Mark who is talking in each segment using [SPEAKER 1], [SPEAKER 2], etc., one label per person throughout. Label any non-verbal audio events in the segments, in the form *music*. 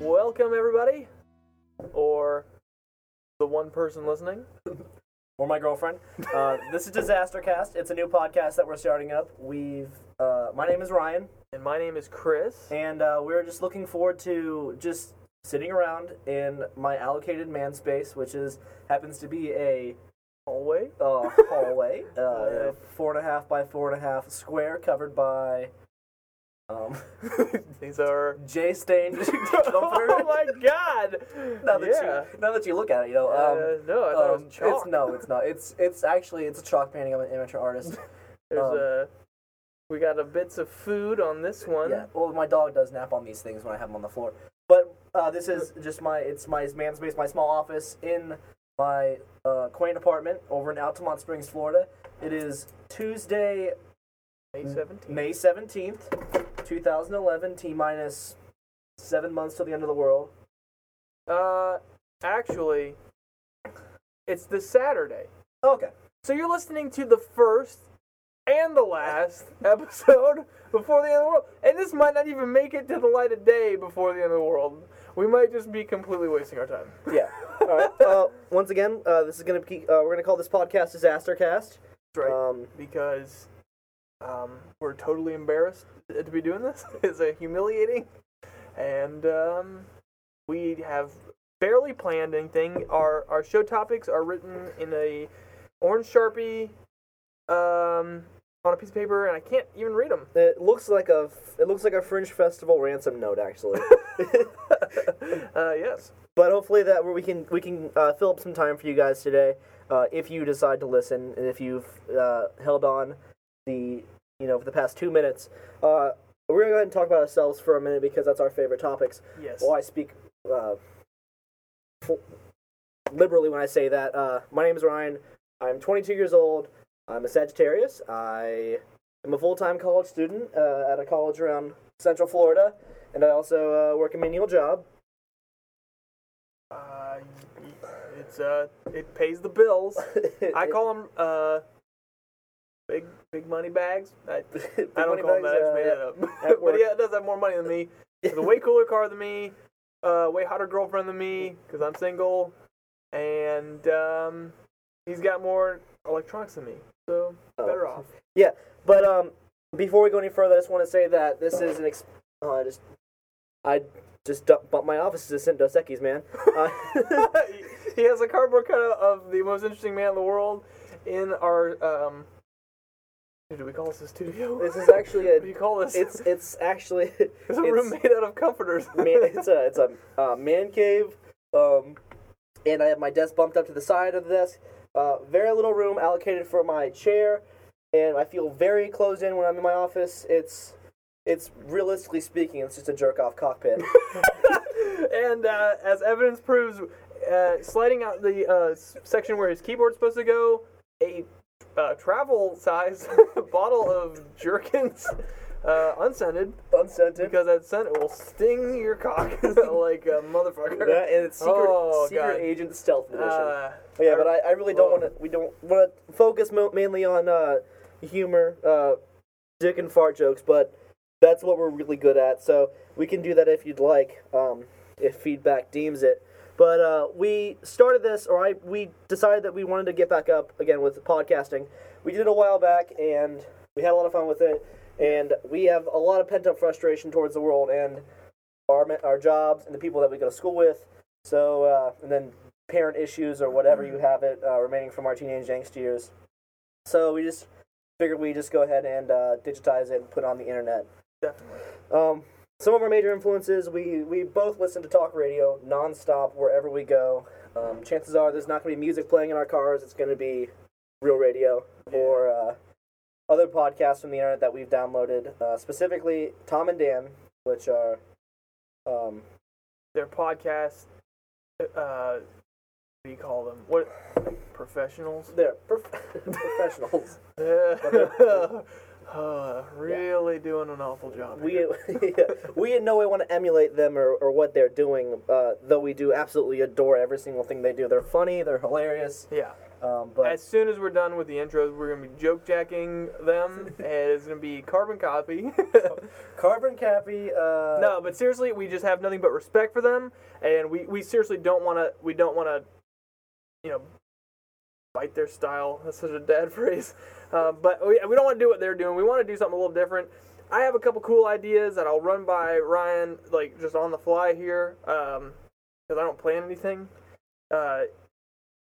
[SPEAKER 1] Welcome, everybody, or the one person listening.
[SPEAKER 2] or my girlfriend. Uh, this is Disaster Cast. It's a new podcast that we're starting up. We've uh, my name is Ryan,
[SPEAKER 1] And my name is Chris.
[SPEAKER 2] and uh, we're just looking forward to just sitting around in my allocated man space, which is happens to be a
[SPEAKER 1] Hallway.
[SPEAKER 2] *laughs*
[SPEAKER 1] *laughs*
[SPEAKER 2] uh, hallway, uh,
[SPEAKER 1] Hallway.
[SPEAKER 2] four and a half by four and a half square, covered by um, *laughs*
[SPEAKER 1] These are.
[SPEAKER 2] J
[SPEAKER 1] *laughs*
[SPEAKER 2] stained *laughs* comforter.
[SPEAKER 1] oh my god!
[SPEAKER 2] now that
[SPEAKER 1] yeah.
[SPEAKER 2] you now that you look at it, you know. Um,
[SPEAKER 1] uh, no, I thought
[SPEAKER 2] um,
[SPEAKER 1] it was chalk.
[SPEAKER 2] It's no, it's not. It's it's actually it's a chalk painting. I'm an amateur artist.
[SPEAKER 1] There's
[SPEAKER 2] um,
[SPEAKER 1] uh We got a bits of food on this one.
[SPEAKER 2] Yeah. Well, my dog does nap on these things when I have him on the floor. But uh, this is just my it's my man space, my small office in my uh, quaint apartment over in Altamont Springs, Florida. It is Tuesday,
[SPEAKER 1] May 17th.
[SPEAKER 2] May seventeenth, two thousand eleven. T minus seven months till the end of the world.
[SPEAKER 1] Uh, actually, it's this Saturday.
[SPEAKER 2] Oh, Okay.
[SPEAKER 1] So you're listening to the first and the last *laughs* episode before the end of the world. And this might not even make it to the light of day before the end of the world. We might just be completely wasting our time.
[SPEAKER 2] Yeah. *laughs* All right. Uh, once again, uh, this is gonna be, uh, we're gonna call this podcast Disaster Cast. Um,
[SPEAKER 1] Because um, we're totally embarrassed to be doing this. *laughs* It's uh, humiliating. And um, we have barely planned anything. Our, our show topics are written in a orange sharpie um, on a piece of paper, and I can't even read them.
[SPEAKER 2] It looks like a it looks like a fringe festival ransom note actually,
[SPEAKER 1] *laughs* Uh, yes.
[SPEAKER 2] but hopefully that we can we can uh, fill up some time for you guys today uh, if you decide to listen and if you've uh, held on the you know for the past two minutes. Uh, we're gonna go ahead and talk about ourselves for a minute because that's our favorite topics.
[SPEAKER 1] Yes.
[SPEAKER 2] Well, I speak uh, fu- liberally when I say that. Uh, my name is Ryan. I'm 22 years old. I'm a Sagittarius. I am a full time college student uh, at a college around Central Florida, and I also uh, work a menial job. *laughs*
[SPEAKER 1] Uh, it's uh, it pays the bills. *laughs* I call them uh, big big uh, money bags. I, *laughs* I don't call them that. I just made that up. *laughs*
[SPEAKER 2] at
[SPEAKER 1] but
[SPEAKER 2] work.
[SPEAKER 1] yeah, it does have more money than me. *laughs* Has a way cooler car than me. Uh, way hotter girlfriend than me because I'm single, and um, he's got more electronics than me. So better off.
[SPEAKER 2] But um, before we go any further, I just want to say that this is an. Ex- oh, I just, I just du- bumped my office assistant Dos Equis, man. Uh, *laughs*
[SPEAKER 1] *laughs* He- he has a cardboard cutout of the most interesting man in the world in our um. Do we call this a studio?
[SPEAKER 2] *laughs* this is actually a.
[SPEAKER 1] What do you call this?
[SPEAKER 2] It's it's actually
[SPEAKER 1] *laughs* It's a room made out of comforters. *laughs*
[SPEAKER 2] man, it's a it's a uh, man cave, um, and I have my desk bumped up to the side of the desk. Uh, very little room allocated for my chair, and I feel very closed in when I'm in my office. It's it's realistically speaking, it's just a jerk off
[SPEAKER 1] *laughs*
[SPEAKER 2] cockpit.
[SPEAKER 1] and uh, as evidence proves, uh, sliding out the uh, s- section where his keyboard's supposed to go, a uh, travel size *laughs* bottle of Jerkins, uh, unscented,
[SPEAKER 2] Unscented.
[SPEAKER 1] because that scent will sting your cock *laughs* like a motherfucker.
[SPEAKER 2] That and it's secret,
[SPEAKER 1] Oh,
[SPEAKER 2] secret
[SPEAKER 1] God.
[SPEAKER 2] agent stealth edition.
[SPEAKER 1] Uh,
[SPEAKER 2] But yeah, but I, I really don't
[SPEAKER 1] Whoa.
[SPEAKER 2] want to. We don't want to focus mo- mainly on uh, humor, uh, dick and fart jokes, but that's what we're really good at. So we can do that if you'd like, um, if feedback deems it. But uh, we started this, or I we decided that we wanted to get back up again with podcasting. We did it a while back, and we had a lot of fun with it. And we have a lot of pent up frustration towards the world and our men- our jobs and the people that we go to school with. So uh, and then parent issues or whatever you have it uh, remaining from our teenage angst years. So we just figured we just go ahead and uh, digitize it and put it on the internet.
[SPEAKER 1] definitely.
[SPEAKER 2] Um, some of our major influences we we both listen to talk radio nonstop wherever we go. Um, chances are there's not going to be music playing in our cars. It's going to be real radio or uh, other podcasts from the internet that we've downloaded. Uh, specifically, Tom and Dan, which are um,
[SPEAKER 1] Their podcast, uh, what do you call them? What? *laughs* Professionals?
[SPEAKER 2] they're prof- *laughs* professionals.
[SPEAKER 1] *laughs* uh, really doing an awful job.
[SPEAKER 2] we *laughs* we in no way want to emulate them or, or what they're doing, uh, though we do absolutely adore every single thing they do. They're funny, they're hilarious,
[SPEAKER 1] yeah.
[SPEAKER 2] Um, but
[SPEAKER 1] As soon as we're done with the intros, we're gonna be joke jacking *laughs* them, and it's gonna be carbon copy. *laughs*
[SPEAKER 2] Carbon Cappy. Uh,
[SPEAKER 1] no, but seriously, we just have nothing but respect for them, and we, we seriously don't wanna we don't wanna, you know, bite their style. *laughs* That's such a dad phrase. Uh, but we, we don't want to do what they're doing. We want to do something a little different. I have a couple cool ideas that I'll run by Ryan, like just on the fly here, because I don't plan anything. Uh,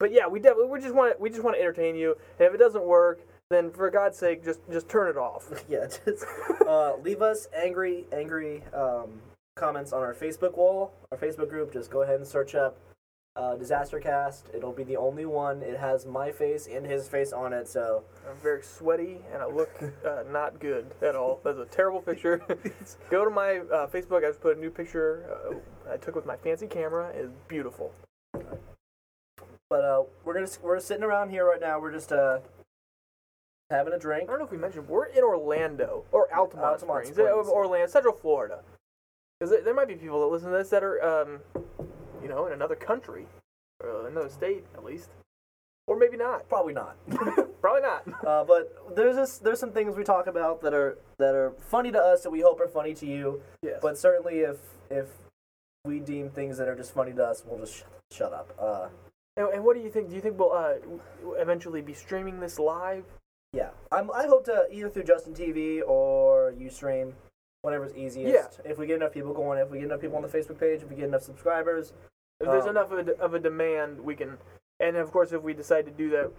[SPEAKER 1] but yeah, we definitely we just want we just want to entertain you, and if it doesn't work, then for God's sake, just just turn it off.
[SPEAKER 2] *laughs* Yeah, just uh, leave us angry, angry um, comments on our Facebook wall, our Facebook group. Just go ahead and search up uh, Disastercast. It'll be the only one. It has my face and his face on it, so
[SPEAKER 1] I'm very sweaty and I look uh, not good at all. That's a terrible
[SPEAKER 2] *laughs*
[SPEAKER 1] picture. Go to my uh, Facebook. I just put a new picture uh, I took with my fancy camera. It's beautiful.
[SPEAKER 2] But uh, we're gonna we're sitting around here right now. We're just uh, having a
[SPEAKER 1] I
[SPEAKER 2] drink.
[SPEAKER 1] don't know if we mentioned we're in Orlando or Altamont,
[SPEAKER 2] Altamont
[SPEAKER 1] Springs,
[SPEAKER 2] Springs.
[SPEAKER 1] Uh, Orlando, Central Florida. Because there, there might be people that listen to this that are, um, you know, in another country, or another state at least, or maybe not.
[SPEAKER 2] Probably not. *laughs*
[SPEAKER 1] Probably not.
[SPEAKER 2] uh, but there's this, there's some things we talk about that are that are funny to us that we hope are funny to you.
[SPEAKER 1] Yes.
[SPEAKER 2] But certainly, if if we deem things that are just funny to us, we'll just sh- shut up. Uh,
[SPEAKER 1] and, and what do you think? Do you think we'll uh, w- eventually be streaming this live?
[SPEAKER 2] yeah, I'm, I hope to either through Justin TV or UStream, whatever's easiest. If we get enough people going, if we get enough people on the Facebook page, if we get enough subscribers,
[SPEAKER 1] If there's
[SPEAKER 2] Um,
[SPEAKER 1] enough of a, of a demand, we can. And of course, if we decide to do that,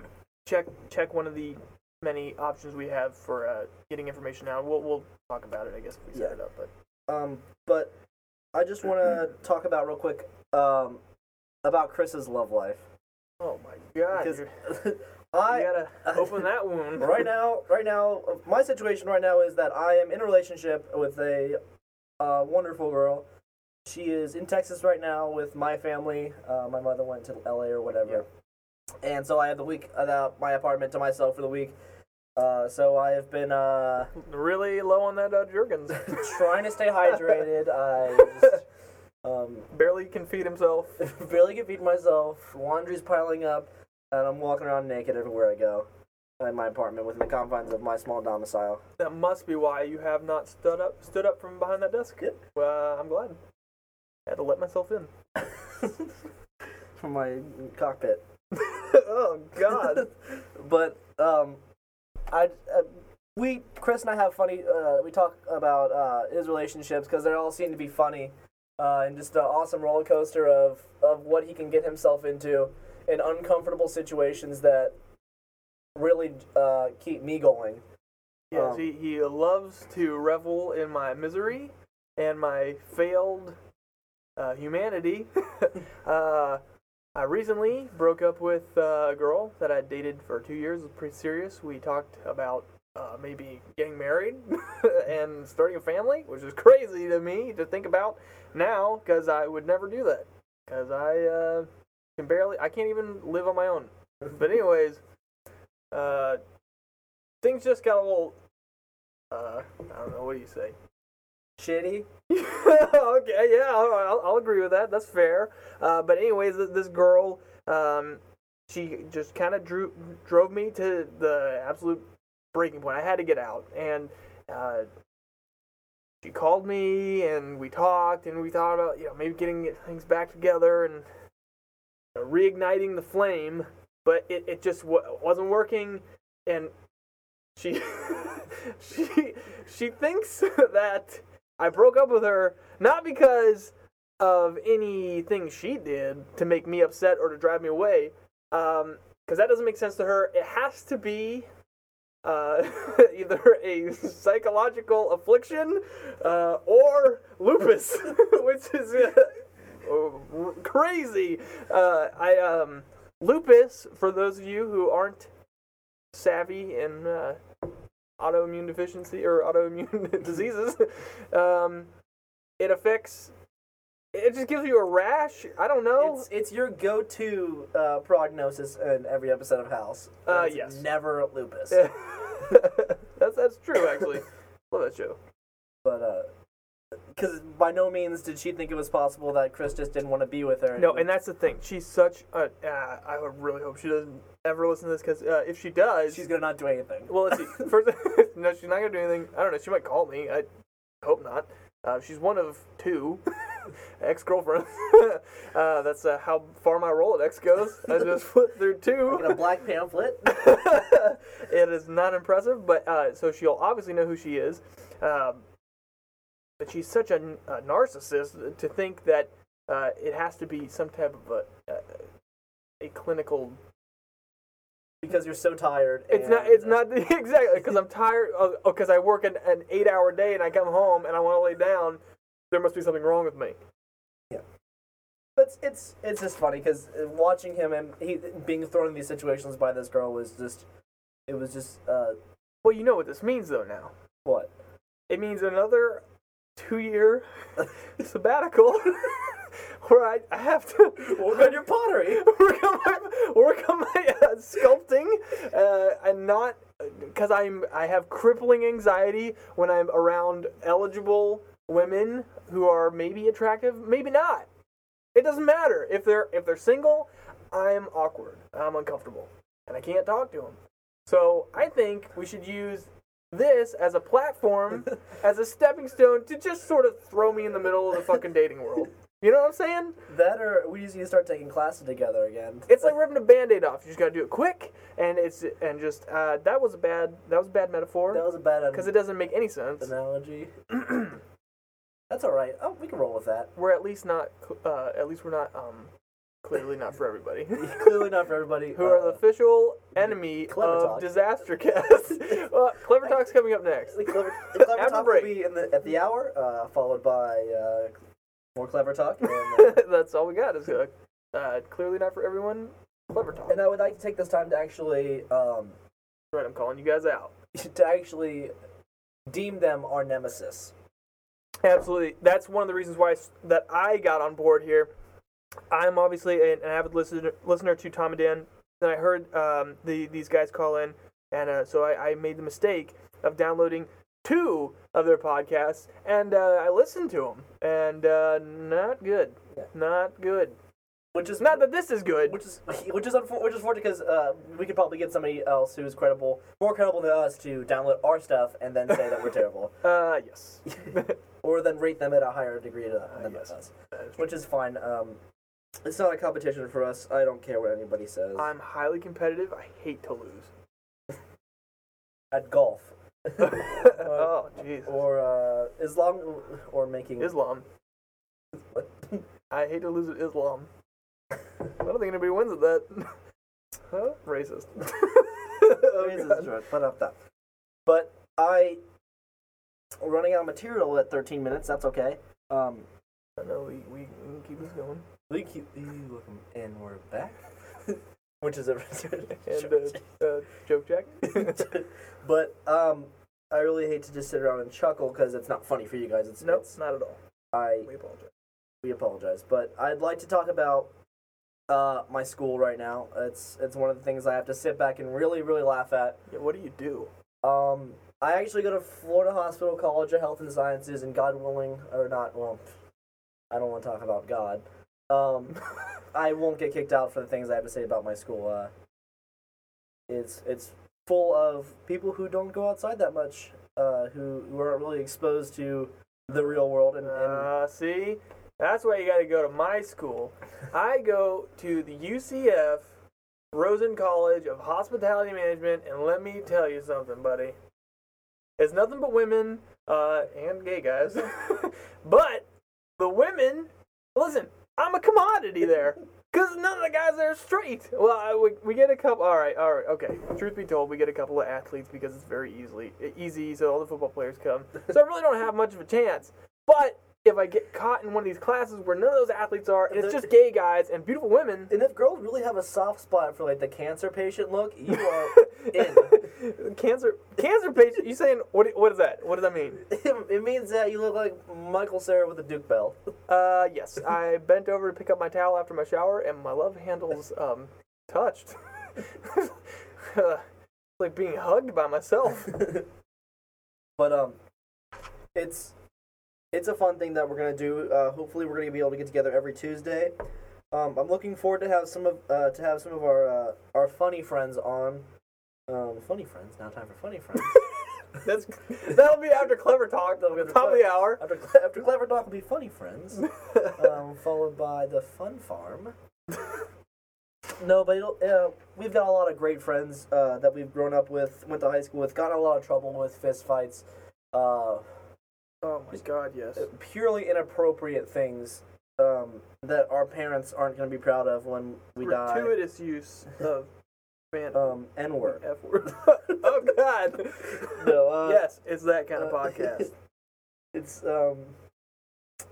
[SPEAKER 1] check check one of the many options we have for uh, getting information out. We'll we'll talk about it, I guess, if we set
[SPEAKER 2] Yeah.
[SPEAKER 1] it up. But
[SPEAKER 2] Um, but I just want to talk about real quick um, about Chris's love life
[SPEAKER 1] oh my god,
[SPEAKER 2] because
[SPEAKER 1] you're-
[SPEAKER 2] *laughs* I
[SPEAKER 1] you
[SPEAKER 2] *laughs*
[SPEAKER 1] gotta open that wound.
[SPEAKER 2] right now right now my situation right now is that I am in a relationship with a uh, wonderful girl. She is in Texas right now with my family. Uh, my mother went to L.A. or whatever, and so I have the week about my apartment to myself for the week. Uh, so I have been uh,
[SPEAKER 1] *laughs* Really low on that uh, Jurgens.
[SPEAKER 2] *laughs* trying
[SPEAKER 1] *laughs*
[SPEAKER 2] to stay hydrated. I just, um, *laughs*
[SPEAKER 1] Barely can feed himself.
[SPEAKER 2] barely can feed myself. Laundry's piling up, and I'm walking around naked everywhere I go in my apartment within the confines of my small domicile.
[SPEAKER 1] That must be why you have not stood up stood up from behind that desk.
[SPEAKER 2] Yep.
[SPEAKER 1] Well, I'm glad. I had to let myself
[SPEAKER 2] *laughs*
[SPEAKER 1] in.
[SPEAKER 2] From my cockpit.
[SPEAKER 1] oh *laughs* God.
[SPEAKER 2] but um, I uh, we Chris and I have funny. Uh, we talk about uh, his relationships because they all seem to be funny, uh, and just an awesome roller coaster of of what he can get himself into in uncomfortable situations that really uh, keep me going.
[SPEAKER 1] Yes,
[SPEAKER 2] Um,
[SPEAKER 1] he, he loves to revel in my misery and my failed uh, humanity. *laughs* uh, I recently broke up with uh, a girl that I dated for two years. It was pretty serious. We talked about uh, maybe getting married *laughs* and starting a family, which is crazy to me to think about now because I would never do that. Because I uh, can barely, I can't even live on my own. But, anyways, uh, things just got a little. Uh, I don't know. What do you say?
[SPEAKER 2] Shitty.
[SPEAKER 1] *laughs* okay, yeah, all right, I'll, I'll agree with that. That's fair. Uh, but anyways, th- this girl, um, she just kind of drew drove me to the absolute breaking point. I had to get out, and uh, she called me, and we talked, and we thought about you know maybe getting things back together and you know, reigniting the flame. But it it just w- wasn't working, and she *laughs* she she thinks *laughs* that. I broke up with her not because of anything she did to make me upset or to drive me away, because Um, that doesn't make sense to her. It has to be uh, *laughs* either a psychological affliction uh, or lupus, *laughs* which is uh, r- crazy. Uh, I um, lupus for those of you who aren't savvy in uh, autoimmune deficiency or autoimmune *laughs* diseases. Um, it affects. It just gives you a rash. I don't know.
[SPEAKER 2] It's, it's your go-to uh, prognosis in every episode of House.
[SPEAKER 1] Uh,
[SPEAKER 2] It's
[SPEAKER 1] yes.
[SPEAKER 2] Never
[SPEAKER 1] *laughs*
[SPEAKER 2] lupus.
[SPEAKER 1] that's that's true actually. Love that show.
[SPEAKER 2] But uh, because by no means did she think it was possible that Chris just didn't want to be with her.
[SPEAKER 1] No, and that's the thing. She's such a. Uh, I would really hope she doesn't ever listen to this because uh, if she does,
[SPEAKER 2] she's gonna not do anything.
[SPEAKER 1] well, let's see. *laughs* First, no, she's not gonna do anything. I don't know. She might call me. I hope not. Uh, she's one of two *laughs* ex-girlfriends. *laughs* uh, that's uh, how far my Rolodex goes. I just *laughs* flipped through two.
[SPEAKER 2] In a
[SPEAKER 1] *laughs*
[SPEAKER 2] black pamphlet.
[SPEAKER 1] it is not impressive, but uh, so she'll obviously know who she is. Um, but she's such a, n- a narcissist to think that uh, it has to be some type of a, a, a clinical.
[SPEAKER 2] because you're so tired.
[SPEAKER 1] It's
[SPEAKER 2] and- uh,
[SPEAKER 1] not. It's not the, *laughs* exactly because I'm tired. Because I work an, an eight-hour day and I come home and I want to lay down. There must be something wrong with me.
[SPEAKER 2] But it's it's, it's just funny because watching him and he being thrown in these situations by this girl was just, it was just uh
[SPEAKER 1] Well, you know what this means though. Now
[SPEAKER 2] what
[SPEAKER 1] it means another two-year *laughs* sabbatical *laughs* where I, I have to
[SPEAKER 2] work on your pottery.
[SPEAKER 1] *laughs* work on my, work on my *laughs* uh, sculpting uh, and not because I'm I have crippling anxiety when I'm around eligible women who are maybe attractive, maybe not. It doesn't matter if they're if they're single. I'm awkward. I'm uncomfortable, and I can't talk to them. So I think we should use this as a platform, as a stepping stone to just sort of throw me in the middle of the fucking dating world. You know what I'm saying?
[SPEAKER 2] *laughs* That or we just need to start taking classes together again.
[SPEAKER 1] It's like ripping a band-aid off. You just gotta do it quick, and it's and just uh, that was a bad that was a bad
[SPEAKER 2] that
[SPEAKER 1] metaphor
[SPEAKER 2] was a bad
[SPEAKER 1] because it doesn't make any sense. *clears throat*
[SPEAKER 2] analogy. That's all right. Oh, we can roll
[SPEAKER 1] *laughs*
[SPEAKER 2] with that. *laughs*
[SPEAKER 1] We're at least not cl- uh, at least we're not um, clearly not for
[SPEAKER 2] *laughs*
[SPEAKER 1] everybody. *laughs*
[SPEAKER 2] Clearly not for everybody.
[SPEAKER 1] Who are
[SPEAKER 2] uh,
[SPEAKER 1] the official enemy
[SPEAKER 2] Clever
[SPEAKER 1] of
[SPEAKER 2] Talk. *laughs*
[SPEAKER 1] Disaster Cast? *laughs* well, Clever Talk's coming up next.
[SPEAKER 2] The clever, the clever
[SPEAKER 1] After
[SPEAKER 2] talk
[SPEAKER 1] break.
[SPEAKER 2] will be in the, at the hour, uh, followed by uh, more clever talk. And, uh,
[SPEAKER 1] *laughs* That's all we got is uh, uh, clearly not for everyone. Clever Talk.
[SPEAKER 2] and I would like to take this time to actually um, *laughs*
[SPEAKER 1] right, I'm calling you guys out.
[SPEAKER 2] to actually deem them our nemesis.
[SPEAKER 1] Absolutely. That's one of the reasons why s- that I got on board here. I'm obviously an, an avid listener, listener to Tom and Dan, and I heard um, the these guys call in, and uh, so I, I made the mistake of downloading two of their podcasts, and uh, I listened to them, and uh, not good,
[SPEAKER 2] Yeah.
[SPEAKER 1] not good.
[SPEAKER 2] Which is
[SPEAKER 1] Not that this is good.
[SPEAKER 2] which is *laughs* which is unfor- which is fortunate because uh, we could probably get somebody else who's credible, more credible than us, to download our stuff and then
[SPEAKER 1] *laughs*
[SPEAKER 2] say that we're terrible,
[SPEAKER 1] Uh, yes.
[SPEAKER 2] or then rate them at a higher degree to, than
[SPEAKER 1] yes.
[SPEAKER 2] us, which is fine. Um, it's not a competition for us. I don't care what anybody says.
[SPEAKER 1] I'm highly competitive. I hate to lose. *laughs*
[SPEAKER 2] At golf,
[SPEAKER 1] oh, jeez.
[SPEAKER 2] or uh, Islam, or making
[SPEAKER 1] Islam. I hate to lose at Islam. *laughs* I don't think anybody wins at that. *laughs* huh? Racist.
[SPEAKER 2] *laughs*
[SPEAKER 1] *laughs*
[SPEAKER 2] Oh,
[SPEAKER 1] oh,
[SPEAKER 2] this is *laughs*
[SPEAKER 1] God.
[SPEAKER 2] short, but up top. But I running out of material at 13 minutes. That's okay. Um,
[SPEAKER 1] I know we, we we can keep this *laughs* going.
[SPEAKER 2] we keep welcome, and we're back, *laughs* which is a return.
[SPEAKER 1] And
[SPEAKER 2] *laughs*
[SPEAKER 1] uh, uh, joke jack.
[SPEAKER 2] but um, I really hate to just sit around and chuckle because it's not funny for you guys. It's
[SPEAKER 1] nope,
[SPEAKER 2] it's-
[SPEAKER 1] not at all.
[SPEAKER 2] I
[SPEAKER 1] We apologize.
[SPEAKER 2] we apologize, but I'd like to talk about uh, my school right now. It's it's one of the things I have to sit back and really really laugh at.
[SPEAKER 1] Yeah, what do you do?
[SPEAKER 2] Um, I actually go to Florida Hospital College of Health and Sciences, and God willing, or not, well, I don't want to talk about God. Um, *laughs* I won't get kicked out for the things I have to say about my school. Uh, it's it's full of people who don't go outside that much, uh, who who aren't really exposed to the real world, and, and
[SPEAKER 1] Uh, see, that's why you got to go to my *laughs* school. I go to the UCF Rosen College of Hospitality Management, and let me tell you something, buddy. It's nothing but women uh, and gay *laughs* guys, but the women. Listen, I'm a commodity there. Cause none of the guys there are straight. Well, I, we, we get a couple. All right, all right, okay. Truth be told, we get a couple of athletes because it's very easily easy. So all the football players come. So I really don't have much of a chance. But if I get caught in one of these classes where none of those athletes are, and it's just gay guys and beautiful women,
[SPEAKER 2] and if girls really have a soft spot for like the cancer patient look, you are in. *laughs*
[SPEAKER 1] *laughs* cancer cancer patient. You saying what? What is that? What does that mean?
[SPEAKER 2] it means that you look like Michael Sarah with a Duke bell.
[SPEAKER 1] Uh, yes. I bent over to pick up my towel after my shower, and my love handles um touched. *laughs* It's like being
[SPEAKER 2] *laughs*
[SPEAKER 1] hugged by myself.
[SPEAKER 2] but um, it's it's a fun thing that we're gonna do. Uh, hopefully, we're gonna be able to get together every Tuesday. Um, I'm looking forward to have some of uh, to have some of our uh, our funny friends on. Um, funny friends. Now time for funny friends.
[SPEAKER 1] That's that'll be after clever talk.
[SPEAKER 2] That'll be after
[SPEAKER 1] probably
[SPEAKER 2] Clever-
[SPEAKER 1] hour.
[SPEAKER 2] after Cle- after clever talk will be funny friends. um, followed by the Fun Farm. no, but it'll, uh, we've got a lot of great friends uh, that we've grown up with, went to high school with, got in a lot of trouble with fist fights, uh,
[SPEAKER 1] oh my god, yes.
[SPEAKER 2] purely inappropriate things um, that our parents aren't going to be proud of when we die.
[SPEAKER 1] Gratuitous use of man
[SPEAKER 2] Um, N word.
[SPEAKER 1] *laughs* F word. oh god.
[SPEAKER 2] *laughs*
[SPEAKER 1] *laughs*
[SPEAKER 2] No, uh,
[SPEAKER 1] yes, it's that kind of
[SPEAKER 2] uh, *laughs*
[SPEAKER 1] podcast.
[SPEAKER 2] It's um,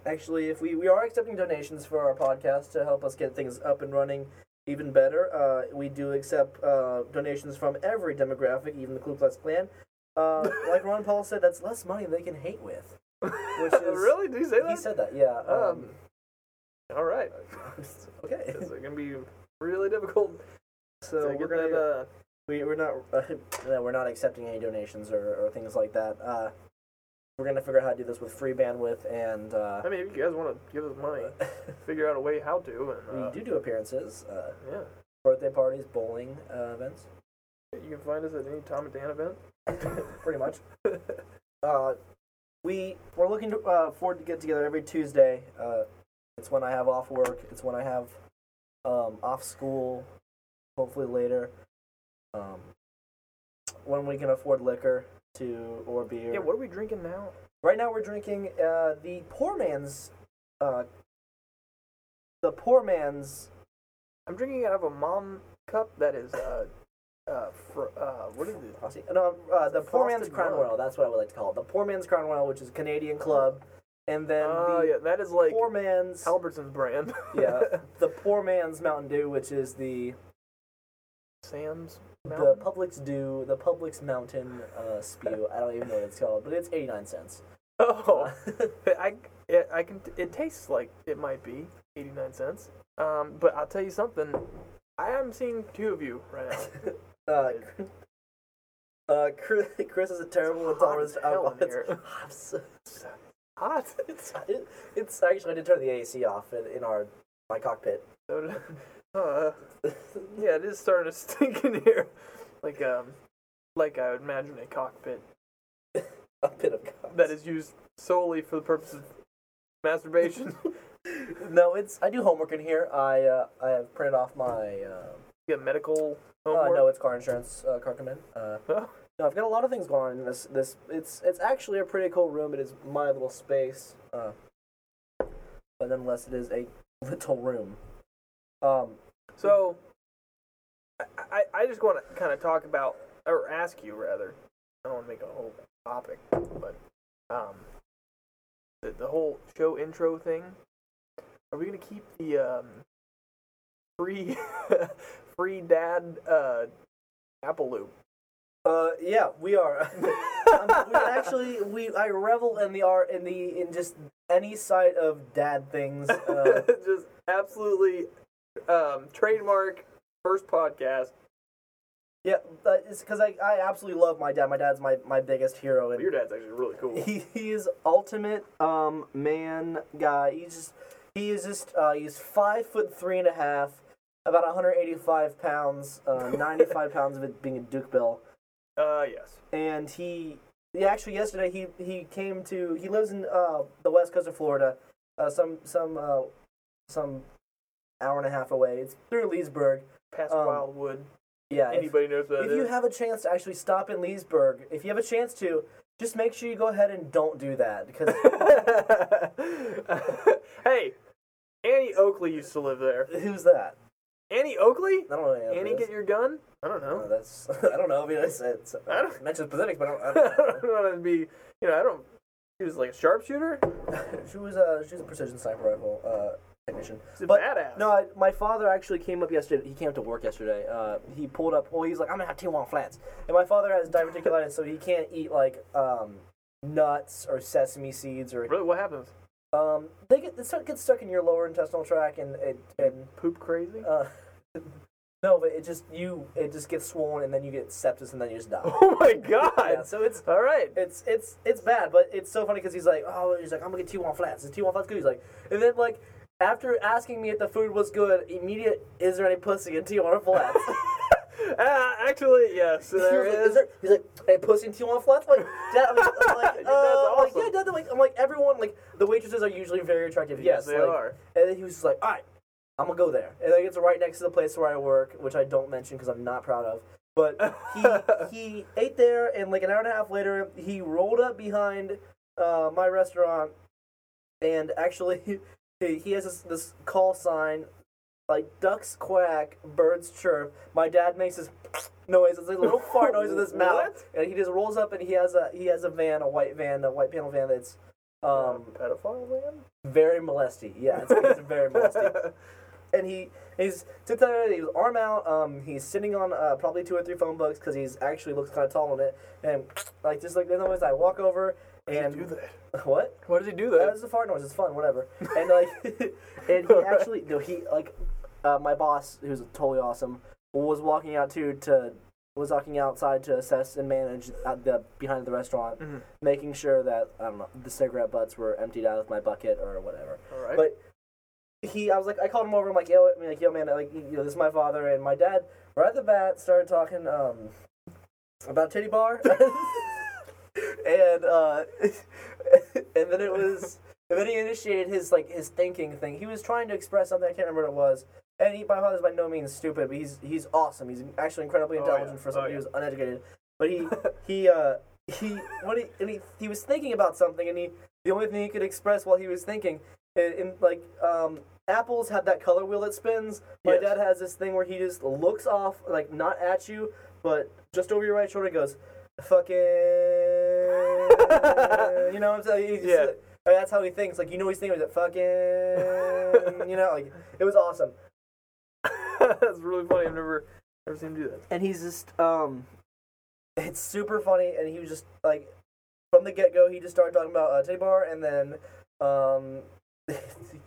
[SPEAKER 2] actually if we we are accepting donations for our podcast to help us get things up and running even better. Uh, we do accept uh, donations from every demographic, even the Ku Klux Klan. Uh, like Ron Paul said, that's less money they can hate with. Which is-
[SPEAKER 1] really? Do you say
[SPEAKER 2] He
[SPEAKER 1] that?
[SPEAKER 2] said that, yeah. Um,
[SPEAKER 1] um, all
[SPEAKER 2] *laughs*
[SPEAKER 1] right.
[SPEAKER 2] okay.
[SPEAKER 1] *laughs* It's gonna be really difficult.
[SPEAKER 2] So
[SPEAKER 1] to
[SPEAKER 2] we're
[SPEAKER 1] get
[SPEAKER 2] gonna
[SPEAKER 1] that, uh,
[SPEAKER 2] we, we're not uh, *laughs* we're not accepting any donations or, or things like that. Uh, we're gonna figure out how to do this with free bandwidth and uh, *laughs*
[SPEAKER 1] I mean, if you guys want to give us money, figure out a way how to.
[SPEAKER 2] we
[SPEAKER 1] And, uh,
[SPEAKER 2] do do appearances. Uh,
[SPEAKER 1] Yeah.
[SPEAKER 2] birthday parties, bowling uh, events, *laughs*
[SPEAKER 1] You can find us at any Tom and Dan event. *laughs*
[SPEAKER 2] pretty much. uh, we we're looking to, uh, forward to get together every Tuesday. Uh, it's when I have off work. It's when I have um, off school. Hopefully later, um, when we can afford liquor to or beer.
[SPEAKER 1] Yeah, what are we drinking now?
[SPEAKER 2] Right now we're drinking uh, the poor man's. Uh, the poor man's.
[SPEAKER 1] I'm drinking out of a mom cup that is, uh, uh, fr- uh what is it?
[SPEAKER 2] Aussie- No, uh, the poor man's
[SPEAKER 1] Frosted
[SPEAKER 2] Crown
[SPEAKER 1] Mug.
[SPEAKER 2] Royal. That's what I would like to call it. The poor man's Crown Royal, which is Canadian Club, and then
[SPEAKER 1] Oh,
[SPEAKER 2] the
[SPEAKER 1] yeah, that is like
[SPEAKER 2] poor man's.
[SPEAKER 1] Albertson's brand. *laughs*
[SPEAKER 2] yeah, the poor man's Mountain Dew, which is the
[SPEAKER 1] Sam's
[SPEAKER 2] the
[SPEAKER 1] Mountain.
[SPEAKER 2] *laughs* Publix Dew, the Publix Mountain uh, spew. I don't even know what it's called, but it's eighty nine cents. *laughs*
[SPEAKER 1] Oh, I, yeah, I can. It tastes like it might be 89 cents. Um, but I'll tell you something. I am seeing two of you right
[SPEAKER 2] *laughs*
[SPEAKER 1] now.
[SPEAKER 2] Uh, uh, Chris, *laughs* Chris is a terrible
[SPEAKER 1] It's hot
[SPEAKER 2] intolerance
[SPEAKER 1] as
[SPEAKER 2] to
[SPEAKER 1] hell in
[SPEAKER 2] alcohol. It's-
[SPEAKER 1] here.
[SPEAKER 2] *laughs* I'm so-
[SPEAKER 1] Hot.
[SPEAKER 2] *laughs* it's, it, it's actually I did turn the AC off in, in our my cockpit. *laughs*
[SPEAKER 1] So, *laughs* uh, yeah, it is starting to *laughs* stink in here. Like um, like I would imagine a cockpit
[SPEAKER 2] A bit of cock.
[SPEAKER 1] that is used solely for the purpose of masturbation. you
[SPEAKER 2] no, it's I do homework in here. I uh, I have printed off my uh,
[SPEAKER 1] get medical
[SPEAKER 2] uh,
[SPEAKER 1] homework.
[SPEAKER 2] no, it's car insurance uh, car command. Uh,
[SPEAKER 1] Oh,
[SPEAKER 2] No, I've got a lot of things going on in this. This it's it's actually a pretty cool room. It is my little space, uh, but nonetheless, it is a *laughs* little room. Um,
[SPEAKER 1] So, I, I, I just want to kind of talk about, or ask you rather. I don't want to make a whole topic, but um, the, the whole show intro thing. Are we gonna keep the um, free *laughs* free dad uh, Apple loop?
[SPEAKER 2] uh, yeah, we are. *laughs* um,
[SPEAKER 1] *laughs*
[SPEAKER 2] we actually we I revel in the art in the in just any side of dad things.
[SPEAKER 1] *laughs*
[SPEAKER 2] Uh,
[SPEAKER 1] just absolutely um, trademark first podcast.
[SPEAKER 2] yeah, but it's because I, I absolutely love my dad. My dad's my, my biggest hero, and
[SPEAKER 1] Your dad's actually really cool.
[SPEAKER 2] *laughs* he, he is ultimate um man guy. He's just he is just uh, he's five foot three and a half, about 185 pounds, uh, 95 pounds of it being a Duke Bill,
[SPEAKER 1] Uh, yes.
[SPEAKER 2] and he, he actually yesterday he he came to he lives in uh the west coast of Florida, uh, some some uh, some hour and a half away. It's through Leesburg.
[SPEAKER 1] Past
[SPEAKER 2] Um,
[SPEAKER 1] Wildwood.
[SPEAKER 2] Yeah, if-
[SPEAKER 1] Anybody knows what
[SPEAKER 2] if
[SPEAKER 1] that
[SPEAKER 2] you
[SPEAKER 1] is?
[SPEAKER 2] have a chance to actually stop in Leesburg, if you have a chance to, just make sure you go ahead and don't do
[SPEAKER 1] *laughs*
[SPEAKER 2] that because
[SPEAKER 1] hey, Annie Oakley used to live there.
[SPEAKER 2] who's that?
[SPEAKER 1] Annie Oakley?
[SPEAKER 2] I don't know. Any of
[SPEAKER 1] Annie,
[SPEAKER 2] this.
[SPEAKER 1] get your gun? I don't
[SPEAKER 2] Uh,
[SPEAKER 1] know.
[SPEAKER 2] that's *laughs* I don't know. I mean, I said it's,
[SPEAKER 1] I don't-
[SPEAKER 2] mentioned specifics, but I
[SPEAKER 1] I *laughs*
[SPEAKER 2] don't. I don't
[SPEAKER 1] don't want to be, you know, I don't. She was like a sharpshooter.
[SPEAKER 2] know. she was a she was a precision sniper rifle uh, technician.
[SPEAKER 1] She's a
[SPEAKER 2] But-
[SPEAKER 1] badass.
[SPEAKER 2] No, I, my father actually came up yesterday. He came up to work yesterday. Uh, he pulled up. Well, he's like, I'm gonna have T1 flats, and my father has diverticulitis, so he can't eat like um, nuts or sesame seeds or
[SPEAKER 1] Really, what happens?
[SPEAKER 2] um. They get it gets stuck in your lower intestinal tract, and it and
[SPEAKER 1] Poop crazy?
[SPEAKER 2] uh, *laughs* No, but it just you it just gets swollen and then you get sepsis and then you just die.
[SPEAKER 1] *laughs* *laughs* Oh my god!
[SPEAKER 2] yeah, so it's
[SPEAKER 1] All right.
[SPEAKER 2] it's it's it's bad, but it's so funny because he's like, oh, he's like, I'm gonna get T1 flats. Is T1 flats good? He's like, and then like after asking me if the food was good, immediate, is there any pussy in T1 flats?
[SPEAKER 1] Uh, actually, yes,
[SPEAKER 2] He
[SPEAKER 1] there
[SPEAKER 2] was like,
[SPEAKER 1] is.
[SPEAKER 2] there, he's like, hey, pussy in T1 flats? Like, Dad, I'm, I'm *laughs* like,
[SPEAKER 1] That's
[SPEAKER 2] uh, I'm like,
[SPEAKER 1] awesome.
[SPEAKER 2] yeah, Dad. they're Like, I'm like, everyone, like, the waitresses are usually very attractive.
[SPEAKER 1] yes,
[SPEAKER 2] Yes,
[SPEAKER 1] they
[SPEAKER 2] like,
[SPEAKER 1] are.
[SPEAKER 2] And then he was just like, all right, I'm gonna go there. And like, it's right next to the place where I work, which I don't mention because I'm not proud of. But *laughs* he he ate there, and like an hour and a half later, he rolled up behind uh, my restaurant, and actually, *laughs* he he has this, this call sign. Like ducks quack, birds chirp. My dad makes this *sniffs* noise. It's like a little fart noise
[SPEAKER 1] *laughs*
[SPEAKER 2] in his mouth, and he just rolls up and he has a he has a van, a white van, a white panel van that's um,
[SPEAKER 1] pedophile
[SPEAKER 2] very molesty. Yeah, it's, it's
[SPEAKER 1] *laughs*
[SPEAKER 2] very molesty. And he he's sits there, he's arm out. Um, he's sitting on uh, probably two or three phone books because he's actually looks kind of tall in it. And *sniffs* like just like the noise, I walk over
[SPEAKER 1] *laughs*
[SPEAKER 2] and
[SPEAKER 1] do that?
[SPEAKER 2] *laughs* what?
[SPEAKER 1] Why does he do
[SPEAKER 2] That
[SPEAKER 1] that?
[SPEAKER 2] was a fart noise. It's fun, whatever. And like, *laughs* and he actually no, he like uh, my boss who's totally awesome was walking out too to was walking outside to assess and manage at the behind the restaurant,
[SPEAKER 1] Mhm.
[SPEAKER 2] making sure that I don't know the cigarette butts were emptied out of my bucket or whatever
[SPEAKER 1] All right.
[SPEAKER 2] but he, I was like, I called him over. I'm like, yo, I'm like, yo, man, I like, you know, this is my father and my dad. Right at the bat, started talking um, about titty bar, *laughs* and uh, *laughs* and then it was, and then he initiated his like his thinking thing. He was trying to express something. I can't remember what it was. And he, my father's by no means stupid, but he's he's awesome. He's actually incredibly
[SPEAKER 1] Oh,
[SPEAKER 2] intelligent
[SPEAKER 1] yeah.
[SPEAKER 2] for somebody
[SPEAKER 1] Oh,
[SPEAKER 2] who's uneducated. But
[SPEAKER 1] *laughs*
[SPEAKER 2] he he uh he when he, and he he was thinking about something, and he the only thing he could express while he was thinking in, in like um apples have that color wheel that spins my
[SPEAKER 1] Yes.
[SPEAKER 2] dad has this thing where he just looks off like not at you but just over your right shoulder and goes fucking *laughs* you know what i'm saying He's just,
[SPEAKER 1] Yeah.
[SPEAKER 2] like, that's how he thinks like you know he's thinking that fucking *laughs* uh, you know like
[SPEAKER 1] *laughs*
[SPEAKER 2] it was awesome
[SPEAKER 1] That's really funny. I've never, never seen him do that.
[SPEAKER 2] and he's just um it's super funny and he was just like from the get-go he just started talking about uh, teddy bar and then um *laughs*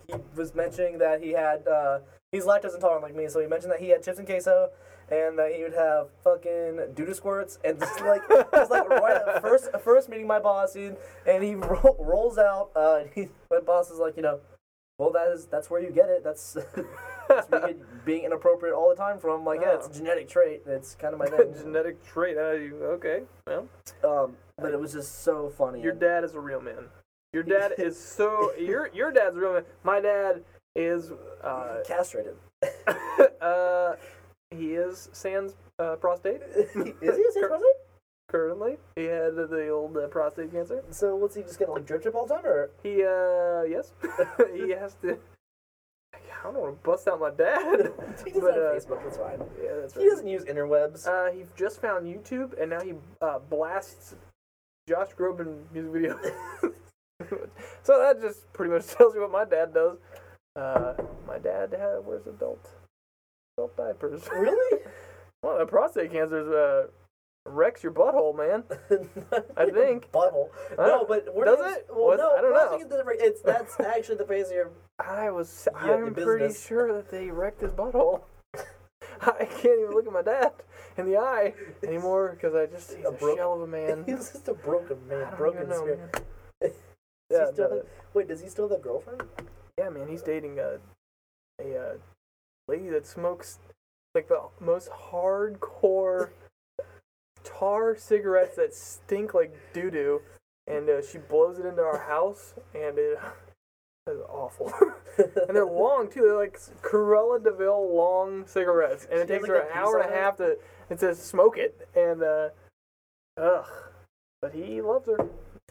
[SPEAKER 2] he was mentioning that he had uh he's lactose intolerant like me so he mentioned that he had chips and queso and that he would have fucking doodle squirts and just like just like right at first first meeting my boss and, and he *laughs* ro- rolls out uh *laughs* and he, my boss is like you know well that is that's where you get it that's *laughs*
[SPEAKER 1] *laughs*
[SPEAKER 2] that's where you get being inappropriate all the time from like yeah it's a genetic trait it's kind of my *laughs* thing
[SPEAKER 1] Genetic trait. How do you? Okay. Well,
[SPEAKER 2] um but it was just so funny
[SPEAKER 1] your dad is a real man. Your dad is
[SPEAKER 2] *laughs*
[SPEAKER 1] so. Your your dad's a real man. My dad is. Uh, *laughs*
[SPEAKER 2] castrated
[SPEAKER 1] uh, he is sans uh, prostate
[SPEAKER 2] *laughs* is he a
[SPEAKER 1] Cur-
[SPEAKER 2] six
[SPEAKER 1] currently. He had the old uh, prostate cancer.
[SPEAKER 2] so what's he just gonna like drip drip all the time *laughs* or
[SPEAKER 1] He uh yes, *laughs* he has to. I don't want to bust out my dad.
[SPEAKER 2] *laughs* he doesn't
[SPEAKER 1] But,
[SPEAKER 2] have
[SPEAKER 1] uh,
[SPEAKER 2] Facebook that's fine
[SPEAKER 1] yeah, that's
[SPEAKER 2] he doesn't use interwebs
[SPEAKER 1] Uh, he just found YouTube and now he uh, blasts Josh Groban music videos. *laughs* so that just pretty much *laughs* tells you what my dad does. Uh, my dad had, wears adult adult diapers.
[SPEAKER 2] *laughs* *laughs* really
[SPEAKER 1] *laughs* well, the prostate cancer's uh, wrecks your butthole, man. I think.
[SPEAKER 2] butthole
[SPEAKER 1] Huh?
[SPEAKER 2] no but we're
[SPEAKER 1] Does
[SPEAKER 2] not-
[SPEAKER 1] it?
[SPEAKER 2] well,
[SPEAKER 1] Was-
[SPEAKER 2] no
[SPEAKER 1] I don't
[SPEAKER 2] we're not
[SPEAKER 1] know.
[SPEAKER 2] thinking that it-
[SPEAKER 1] *laughs*
[SPEAKER 2] it's that's actually the phase of your
[SPEAKER 1] I was.
[SPEAKER 2] Yeah,
[SPEAKER 1] I'm
[SPEAKER 2] the
[SPEAKER 1] pretty
[SPEAKER 2] business.
[SPEAKER 1] sure that they wrecked his butthole. *laughs* I can't even look at my dad in the eye
[SPEAKER 2] *laughs*
[SPEAKER 1] anymore because I just he's
[SPEAKER 2] A
[SPEAKER 1] a,
[SPEAKER 2] broken-
[SPEAKER 1] shell of a man.
[SPEAKER 2] *laughs* He's just a broken
[SPEAKER 1] I
[SPEAKER 2] man,
[SPEAKER 1] don't
[SPEAKER 2] broken
[SPEAKER 1] even know,
[SPEAKER 2] spirit. *laughs*
[SPEAKER 1] man.
[SPEAKER 2] Does
[SPEAKER 1] Yeah,
[SPEAKER 2] he still
[SPEAKER 1] no,
[SPEAKER 2] have- wait, does he still have a girlfriend?
[SPEAKER 1] yeah, man. He's dating a a uh, lady that smokes like the most hardcore *laughs* tar cigarettes that stink like doo doo, and uh, she blows it into our house, and it *laughs* is awful. and
[SPEAKER 2] *laughs*
[SPEAKER 1] they're long too. They're like Cruella Deville long cigarettes, and it
[SPEAKER 2] She has,
[SPEAKER 1] takes
[SPEAKER 2] like,
[SPEAKER 1] her
[SPEAKER 2] that
[SPEAKER 1] an
[SPEAKER 2] piece
[SPEAKER 1] hour
[SPEAKER 2] on
[SPEAKER 1] and a
[SPEAKER 2] her?
[SPEAKER 1] half to it says smoke it, and uh, ugh. But he loves her.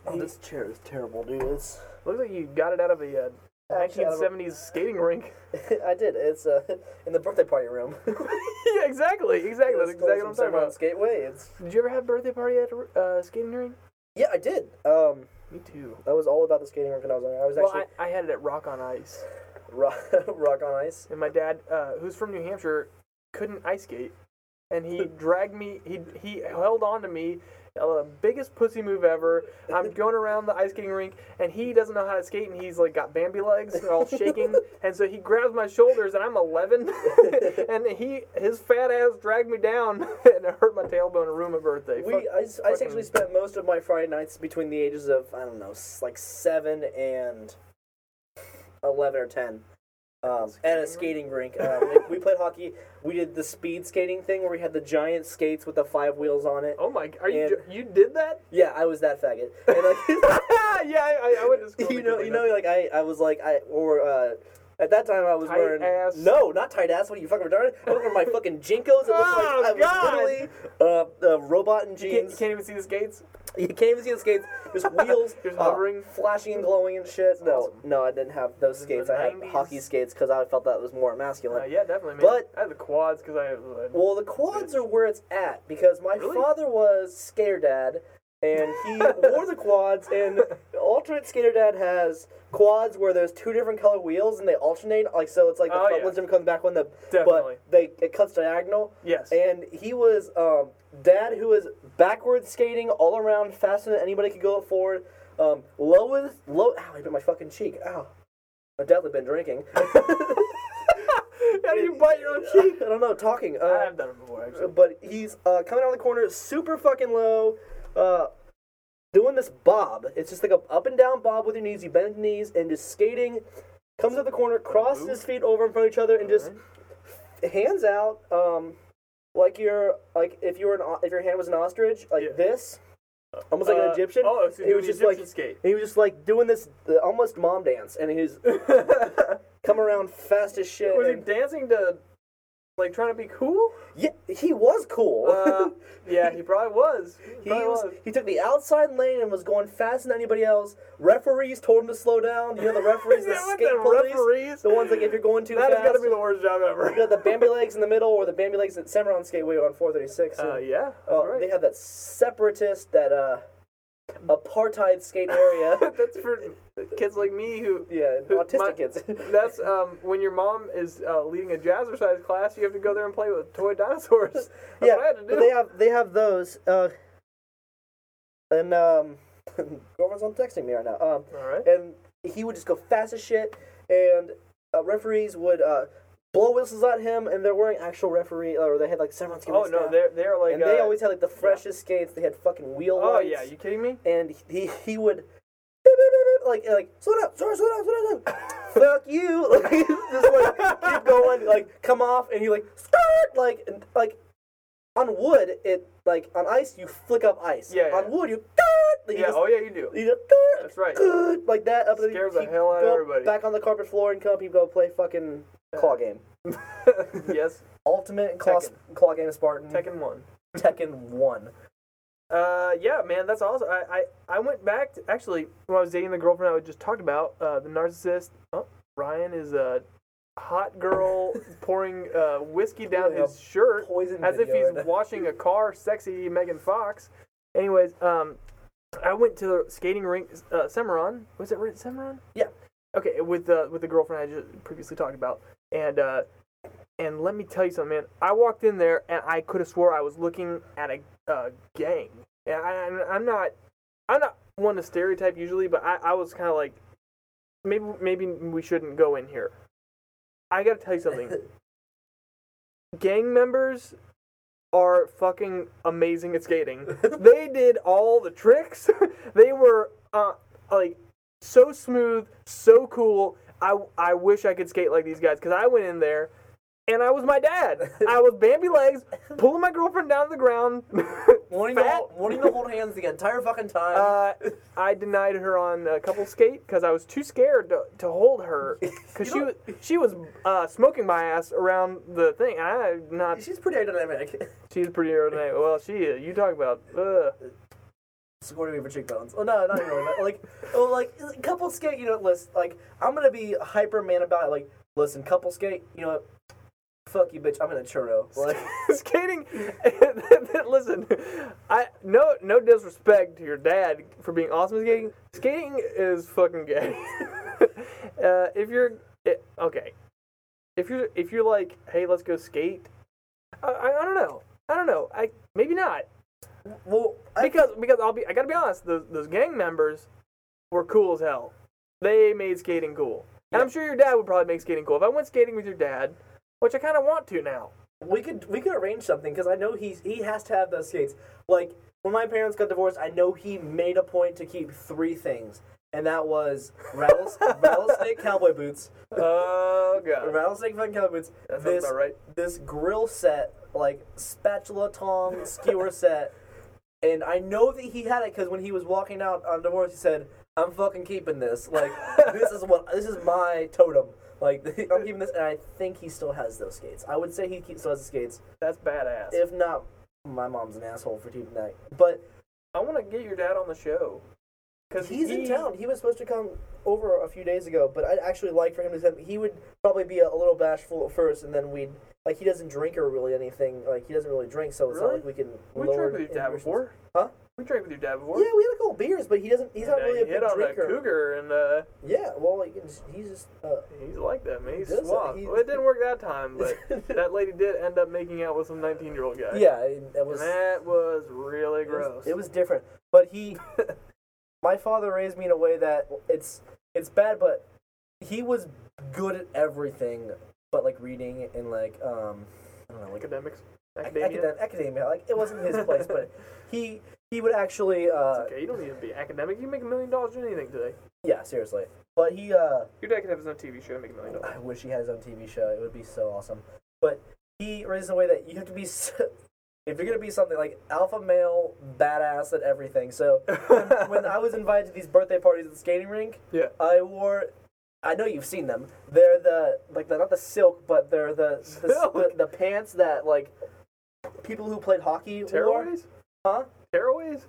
[SPEAKER 2] Oh, this chair is terrible, dude. It's
[SPEAKER 1] Looks like you got it out of a uh,
[SPEAKER 2] Actually, I don't-
[SPEAKER 1] 1970s skating rink.
[SPEAKER 2] *laughs* I did. It's uh, *laughs* in the birthday party room.
[SPEAKER 1] *laughs* yeah, exactly, exactly.
[SPEAKER 2] *laughs*
[SPEAKER 1] That's exactly what I'm talking about.
[SPEAKER 2] Skateway. It's
[SPEAKER 1] Did you ever have a birthday party at a uh, skating rink?
[SPEAKER 2] yeah, I did. Um,
[SPEAKER 1] Me too.
[SPEAKER 2] I was all about the skating rink when I was younger. I was
[SPEAKER 1] Well,
[SPEAKER 2] actually
[SPEAKER 1] I, I had it at Rock on Ice,
[SPEAKER 2] *laughs* rock, rock on ice.
[SPEAKER 1] and my dad, uh, who's from New *laughs* Hampshire, couldn't ice skate, and he dragged me. He he held on to me uh, biggest pussy move ever. *laughs* I'm going around the ice skating rink, and he doesn't know how to skate, and he's like got Bambi legs, and all *laughs* shaking, and so he grabs my shoulders, and I'm *laughs* 11, and he his fat ass dragged me down, *laughs* and it hurt my tailbone and ruined my birthday.
[SPEAKER 2] We,
[SPEAKER 1] Fuck-
[SPEAKER 2] I, s- I actually spent most of my Friday nights between the ages of I don't know, s- like seven and eleven or ten, um, at a skating rink. Um, if we played hockey. We did the speed skating thing where we had the giant skates with the five wheels on it.
[SPEAKER 1] oh my! Are you
[SPEAKER 2] And-
[SPEAKER 1] jo- you did
[SPEAKER 2] *laughs*
[SPEAKER 1] that? *laughs*
[SPEAKER 2] Yeah, I was that faggot. And like, *laughs*
[SPEAKER 1] yeah, I, I went to school.
[SPEAKER 2] you know, you know, like I, I was like I or. uh at that time, I was
[SPEAKER 1] Tight
[SPEAKER 2] wearing
[SPEAKER 1] ass.
[SPEAKER 2] no, not tight ass. What are you fucking retarded? I was
[SPEAKER 1] *laughs*
[SPEAKER 2] wearing my fucking jinkos. It looked
[SPEAKER 1] Oh,
[SPEAKER 2] like I was
[SPEAKER 1] God.
[SPEAKER 2] literally uh, a robot in
[SPEAKER 1] you can't,
[SPEAKER 2] jeans.
[SPEAKER 1] you can't even see the skates. Uh,
[SPEAKER 2] *laughs* You can't even see the skates. Just wheels,
[SPEAKER 1] *laughs* Just
[SPEAKER 2] uh,
[SPEAKER 1] hovering.
[SPEAKER 2] flashing and glowing and shit. No,
[SPEAKER 1] awesome.
[SPEAKER 2] no, I didn't have those
[SPEAKER 1] is
[SPEAKER 2] skates.
[SPEAKER 1] the
[SPEAKER 2] I had
[SPEAKER 1] 90s.
[SPEAKER 2] hockey skates because I felt that was more
[SPEAKER 1] Uh,
[SPEAKER 2] masculine.
[SPEAKER 1] yeah, definitely. Man.
[SPEAKER 2] But-
[SPEAKER 1] I had the quads because I. uh, was
[SPEAKER 2] Well, the quads are where it's at because my
[SPEAKER 1] Really?
[SPEAKER 2] father was skater dad, and
[SPEAKER 1] *laughs*
[SPEAKER 2] he wore the quads. And alternate skater dad has quads where there's two different color wheels and they alternate. Like so, it's like the
[SPEAKER 1] Oh,
[SPEAKER 2] front
[SPEAKER 1] yeah.
[SPEAKER 2] one's different, comes back one. The
[SPEAKER 1] Definitely.
[SPEAKER 2] but they it cuts diagonal.
[SPEAKER 1] yes.
[SPEAKER 2] And he was um, dad who was backwards skating all around faster than anybody could go forward. Um, lowest, low. Ow! I bit my fucking cheek. Ow! I've definitely been drinking.
[SPEAKER 1] *laughs* *laughs* How do you bite your own cheek?
[SPEAKER 2] *laughs* I don't know. Talking. Uh,
[SPEAKER 1] I've done it before, *laughs* actually.
[SPEAKER 2] but he's uh, coming out of the corner, super fucking low. Uh, doing this bob. It's just like a up and down bob with your knees. You bend the knees and just skating. Comes out the corner, crosses his feet over in front of each other, and just hands out um like you're like if you were an o- if your hand was an ostrich like
[SPEAKER 1] Yeah.
[SPEAKER 2] this almost like an
[SPEAKER 1] Uh,
[SPEAKER 2] Egyptian
[SPEAKER 1] Oh, so
[SPEAKER 2] he
[SPEAKER 1] he
[SPEAKER 2] was
[SPEAKER 1] was
[SPEAKER 2] just
[SPEAKER 1] Egyptian
[SPEAKER 2] like-
[SPEAKER 1] skate.
[SPEAKER 2] and he was just like doing this uh, almost mom dance and he's come around fast as
[SPEAKER 1] *laughs*
[SPEAKER 2] shit
[SPEAKER 1] was he
[SPEAKER 2] and-
[SPEAKER 1] dancing to, like, trying to be cool?
[SPEAKER 2] yeah he was cool *laughs*
[SPEAKER 1] Uh, yeah, he probably was.
[SPEAKER 2] he
[SPEAKER 1] probably
[SPEAKER 2] was he took the outside lane and was going faster than anybody else referees told him to slow down you know
[SPEAKER 1] *laughs*
[SPEAKER 2] the referees the
[SPEAKER 1] Yeah, what
[SPEAKER 2] skate
[SPEAKER 1] the
[SPEAKER 2] police
[SPEAKER 1] referees?
[SPEAKER 2] the ones like if you're going too
[SPEAKER 1] that has
[SPEAKER 2] fast
[SPEAKER 1] got to be the worst job ever.
[SPEAKER 2] you got the Bambi legs in the middle or the Bambi legs at Cimarron Skateway on 436 and-
[SPEAKER 1] Uh, yeah, that's
[SPEAKER 2] Oh,
[SPEAKER 1] right.
[SPEAKER 2] they have that separatist, that uh, apartheid
[SPEAKER 1] *laughs*
[SPEAKER 2] skate area.
[SPEAKER 1] *laughs* that's for kids like me who.
[SPEAKER 2] yeah,
[SPEAKER 1] Who-
[SPEAKER 2] autistic
[SPEAKER 1] my- *laughs*
[SPEAKER 2] kids. *laughs*
[SPEAKER 1] That's um, when your mom is uh, leading a jazzercise class. You have to go there and play with toy dinosaurs. *laughs* That's
[SPEAKER 2] yeah,
[SPEAKER 1] what I had to
[SPEAKER 2] but
[SPEAKER 1] do.
[SPEAKER 2] they have they have those. Uh, and um, *laughs* girlfriend's on texting me right now. Um,
[SPEAKER 1] *laughs* All right.
[SPEAKER 2] and he would just go fast as shit, and uh, referees would uh, blow whistles at him, and they're wearing actual referee, or they had like Cimarron skateway
[SPEAKER 1] Oh no,
[SPEAKER 2] staff.
[SPEAKER 1] they're they're like.
[SPEAKER 2] and they
[SPEAKER 1] uh,
[SPEAKER 2] always had like the freshest skates. They had fucking wheel
[SPEAKER 1] Oh
[SPEAKER 2] lights.
[SPEAKER 1] yeah, you kidding
[SPEAKER 2] *laughs*
[SPEAKER 1] me?
[SPEAKER 2] and he he would like like slow down, slow down, slow down, slow down.
[SPEAKER 1] *laughs*
[SPEAKER 2] Fuck you! *laughs* Like just like keep going, like come off, and he like start like and, like on wood it like on ice you flick up ice.
[SPEAKER 1] Yeah,
[SPEAKER 2] On
[SPEAKER 1] yeah.
[SPEAKER 2] wood you start. Like, you
[SPEAKER 1] Yeah.
[SPEAKER 2] just,
[SPEAKER 1] Oh yeah, you
[SPEAKER 2] *laughs*
[SPEAKER 1] do.
[SPEAKER 2] you just start,
[SPEAKER 1] That's
[SPEAKER 2] *laughs*
[SPEAKER 1] right.
[SPEAKER 2] good, like that up and then
[SPEAKER 1] Scares
[SPEAKER 2] you
[SPEAKER 1] the hell out of
[SPEAKER 2] go
[SPEAKER 1] everybody.
[SPEAKER 2] Back on the carpet floor and come, people go play fucking claw game.
[SPEAKER 1] yes,
[SPEAKER 3] uh, Ultimate claw, claw game Spartan.
[SPEAKER 1] Tekken one.
[SPEAKER 3] Tekken 1.
[SPEAKER 1] Uh, yeah, man, that's awesome. I, I, I went back to, actually when I was dating the girlfriend I just talked about, uh, the narcissist. Oh, Ryan is a hot
[SPEAKER 2] *laughs*
[SPEAKER 1] girl pouring uh, whiskey down
[SPEAKER 3] Really a
[SPEAKER 1] his shirt
[SPEAKER 3] Poison
[SPEAKER 1] as if
[SPEAKER 3] video
[SPEAKER 1] he's washing a car. Sexy Megan Fox. Anyways, um, I went to the skating rink, uh, Cimarron. Was it right, Cimarron?
[SPEAKER 3] Yeah.
[SPEAKER 1] Okay, with uh, with the girlfriend I just previously talked about, and uh, and let me tell you something, man. I walked in there and I could have swore I was looking at a uh, gang. And I, I'm, I'm not, I'm not one to stereotype usually, but I, I was kind of like, maybe maybe we shouldn't go in here. I gotta tell you
[SPEAKER 3] *laughs*
[SPEAKER 1] something. gang members are fucking amazing at skating. *laughs* they did all the tricks. *laughs* they were uh, like so smooth, so cool. I I wish I could skate like these guys because I went in there. And I was my dad. I was Bambi legs, pulling my girlfriend down to the ground. *laughs*
[SPEAKER 3] wanting, to
[SPEAKER 1] fat.
[SPEAKER 3] hold, wanting to hold hands the entire fucking time.
[SPEAKER 1] Uh, I denied her on a couple skate because I was too scared to, to hold her because she was, she was uh, smoking my ass around the thing. and I not
[SPEAKER 3] She's pretty aerodynamic.
[SPEAKER 1] she's pretty aerodynamic. Well, she is. You talk about ugh.
[SPEAKER 3] *laughs* Supporting me for cheekbones. Oh no, not really. But like, oh, like couple skate. You know, listen, like I'm gonna be hyper man about it. Like, listen, couple skate. You know, what? fuck you, bitch. I'm in a churro. Like,
[SPEAKER 1] *laughs* skating. Listen, I no no disrespect to your dad for being awesome at skating. Skating is fucking gay. *laughs* uh, if you're it, okay, if you're if you're like, hey, let's go skate. I, I, I don't know. I don't know. I maybe not.
[SPEAKER 2] well, I,
[SPEAKER 1] because because I'll be I gotta be honest, those, those gang members were cool as hell. They made skating cool, and I'm sure your dad would probably make skating cool. If I went skating with your dad, which I kind of want to now,
[SPEAKER 2] we could we could arrange something because I know he's he has to have those skates. Like when my parents got divorced, I know he made a point to keep three things, and that was rattles,
[SPEAKER 1] *laughs*
[SPEAKER 2] rattlesnake cowboy boots,
[SPEAKER 1] oh god,
[SPEAKER 2] rattlesnake fucking cowboy boots,
[SPEAKER 1] that sounds
[SPEAKER 2] this
[SPEAKER 1] about right.
[SPEAKER 2] this grill set, like
[SPEAKER 1] *laughs*
[SPEAKER 2] spatula, tong, skewer set, and I know that he had it because when he was walking out on divorce, he said, "I'm fucking keeping this. Like this is what this is my totem." Like *laughs* I'm keeping this, and I think he still has those skates. I would say he keeps still has the skates.
[SPEAKER 1] That's badass.
[SPEAKER 2] If not, my mom's an asshole for keeping that. But
[SPEAKER 1] I want to get your dad on the show because
[SPEAKER 2] he's in town. He was supposed to come over a few days ago, but I'd actually like for him to. Send, he would probably be a, little bashful at first, and then we'd like he doesn't drink or really anything. Like he doesn't really drink, so it's not
[SPEAKER 1] Really?
[SPEAKER 2] like we can.
[SPEAKER 1] We drank
[SPEAKER 2] lower
[SPEAKER 1] with your dad
[SPEAKER 2] inhibitions.
[SPEAKER 1] before,
[SPEAKER 2] Huh?
[SPEAKER 1] We drank with your dad before.
[SPEAKER 2] Yeah, we had a couple beers, but he doesn't. He's not
[SPEAKER 1] And, uh,
[SPEAKER 2] really a
[SPEAKER 1] he hit
[SPEAKER 2] big
[SPEAKER 1] on a
[SPEAKER 2] drinker.
[SPEAKER 1] cougar, and uh,
[SPEAKER 2] yeah, well, he can, he's just. Uh,
[SPEAKER 1] he's like that, man. He's
[SPEAKER 2] Does it?
[SPEAKER 1] suave.
[SPEAKER 2] He-
[SPEAKER 1] Well, it didn't work that time,
[SPEAKER 2] *laughs*
[SPEAKER 1] but that lady did end up making out with some 19-year-old guy.
[SPEAKER 2] yeah, it, it was.
[SPEAKER 1] and that was really
[SPEAKER 2] It was-
[SPEAKER 1] gross.
[SPEAKER 2] It was different, but he, my father raised me in a way that it's it's bad, but he was good at everything, but like reading and like um, I don't know,
[SPEAKER 1] *laughs*
[SPEAKER 2] like
[SPEAKER 1] academics, academia.
[SPEAKER 2] academia. academia. Like it wasn't his place,
[SPEAKER 1] *laughs*
[SPEAKER 2] but he he would actually uh,
[SPEAKER 1] It's okay, you don't need to be academic. You can make a million dollars doing anything today.
[SPEAKER 2] yeah, seriously. But he uh,
[SPEAKER 1] Your dad could have his own TV show and make a million dollars.
[SPEAKER 2] I wish he had his own TV show. It would be so awesome. But he raised in a way that you have to be. s *laughs* if you're gonna be something like alpha male, badass at everything, so *laughs* when I was invited to these birthday parties at the skating rink,
[SPEAKER 1] *laughs* Yeah.
[SPEAKER 2] I wore. I know you've seen them. They're the like they're not the silk, but they're the the,
[SPEAKER 1] Silk?
[SPEAKER 2] the, the pants that like people who played hockey wore.
[SPEAKER 1] Tearaways?
[SPEAKER 2] Huh?
[SPEAKER 1] Tearaways?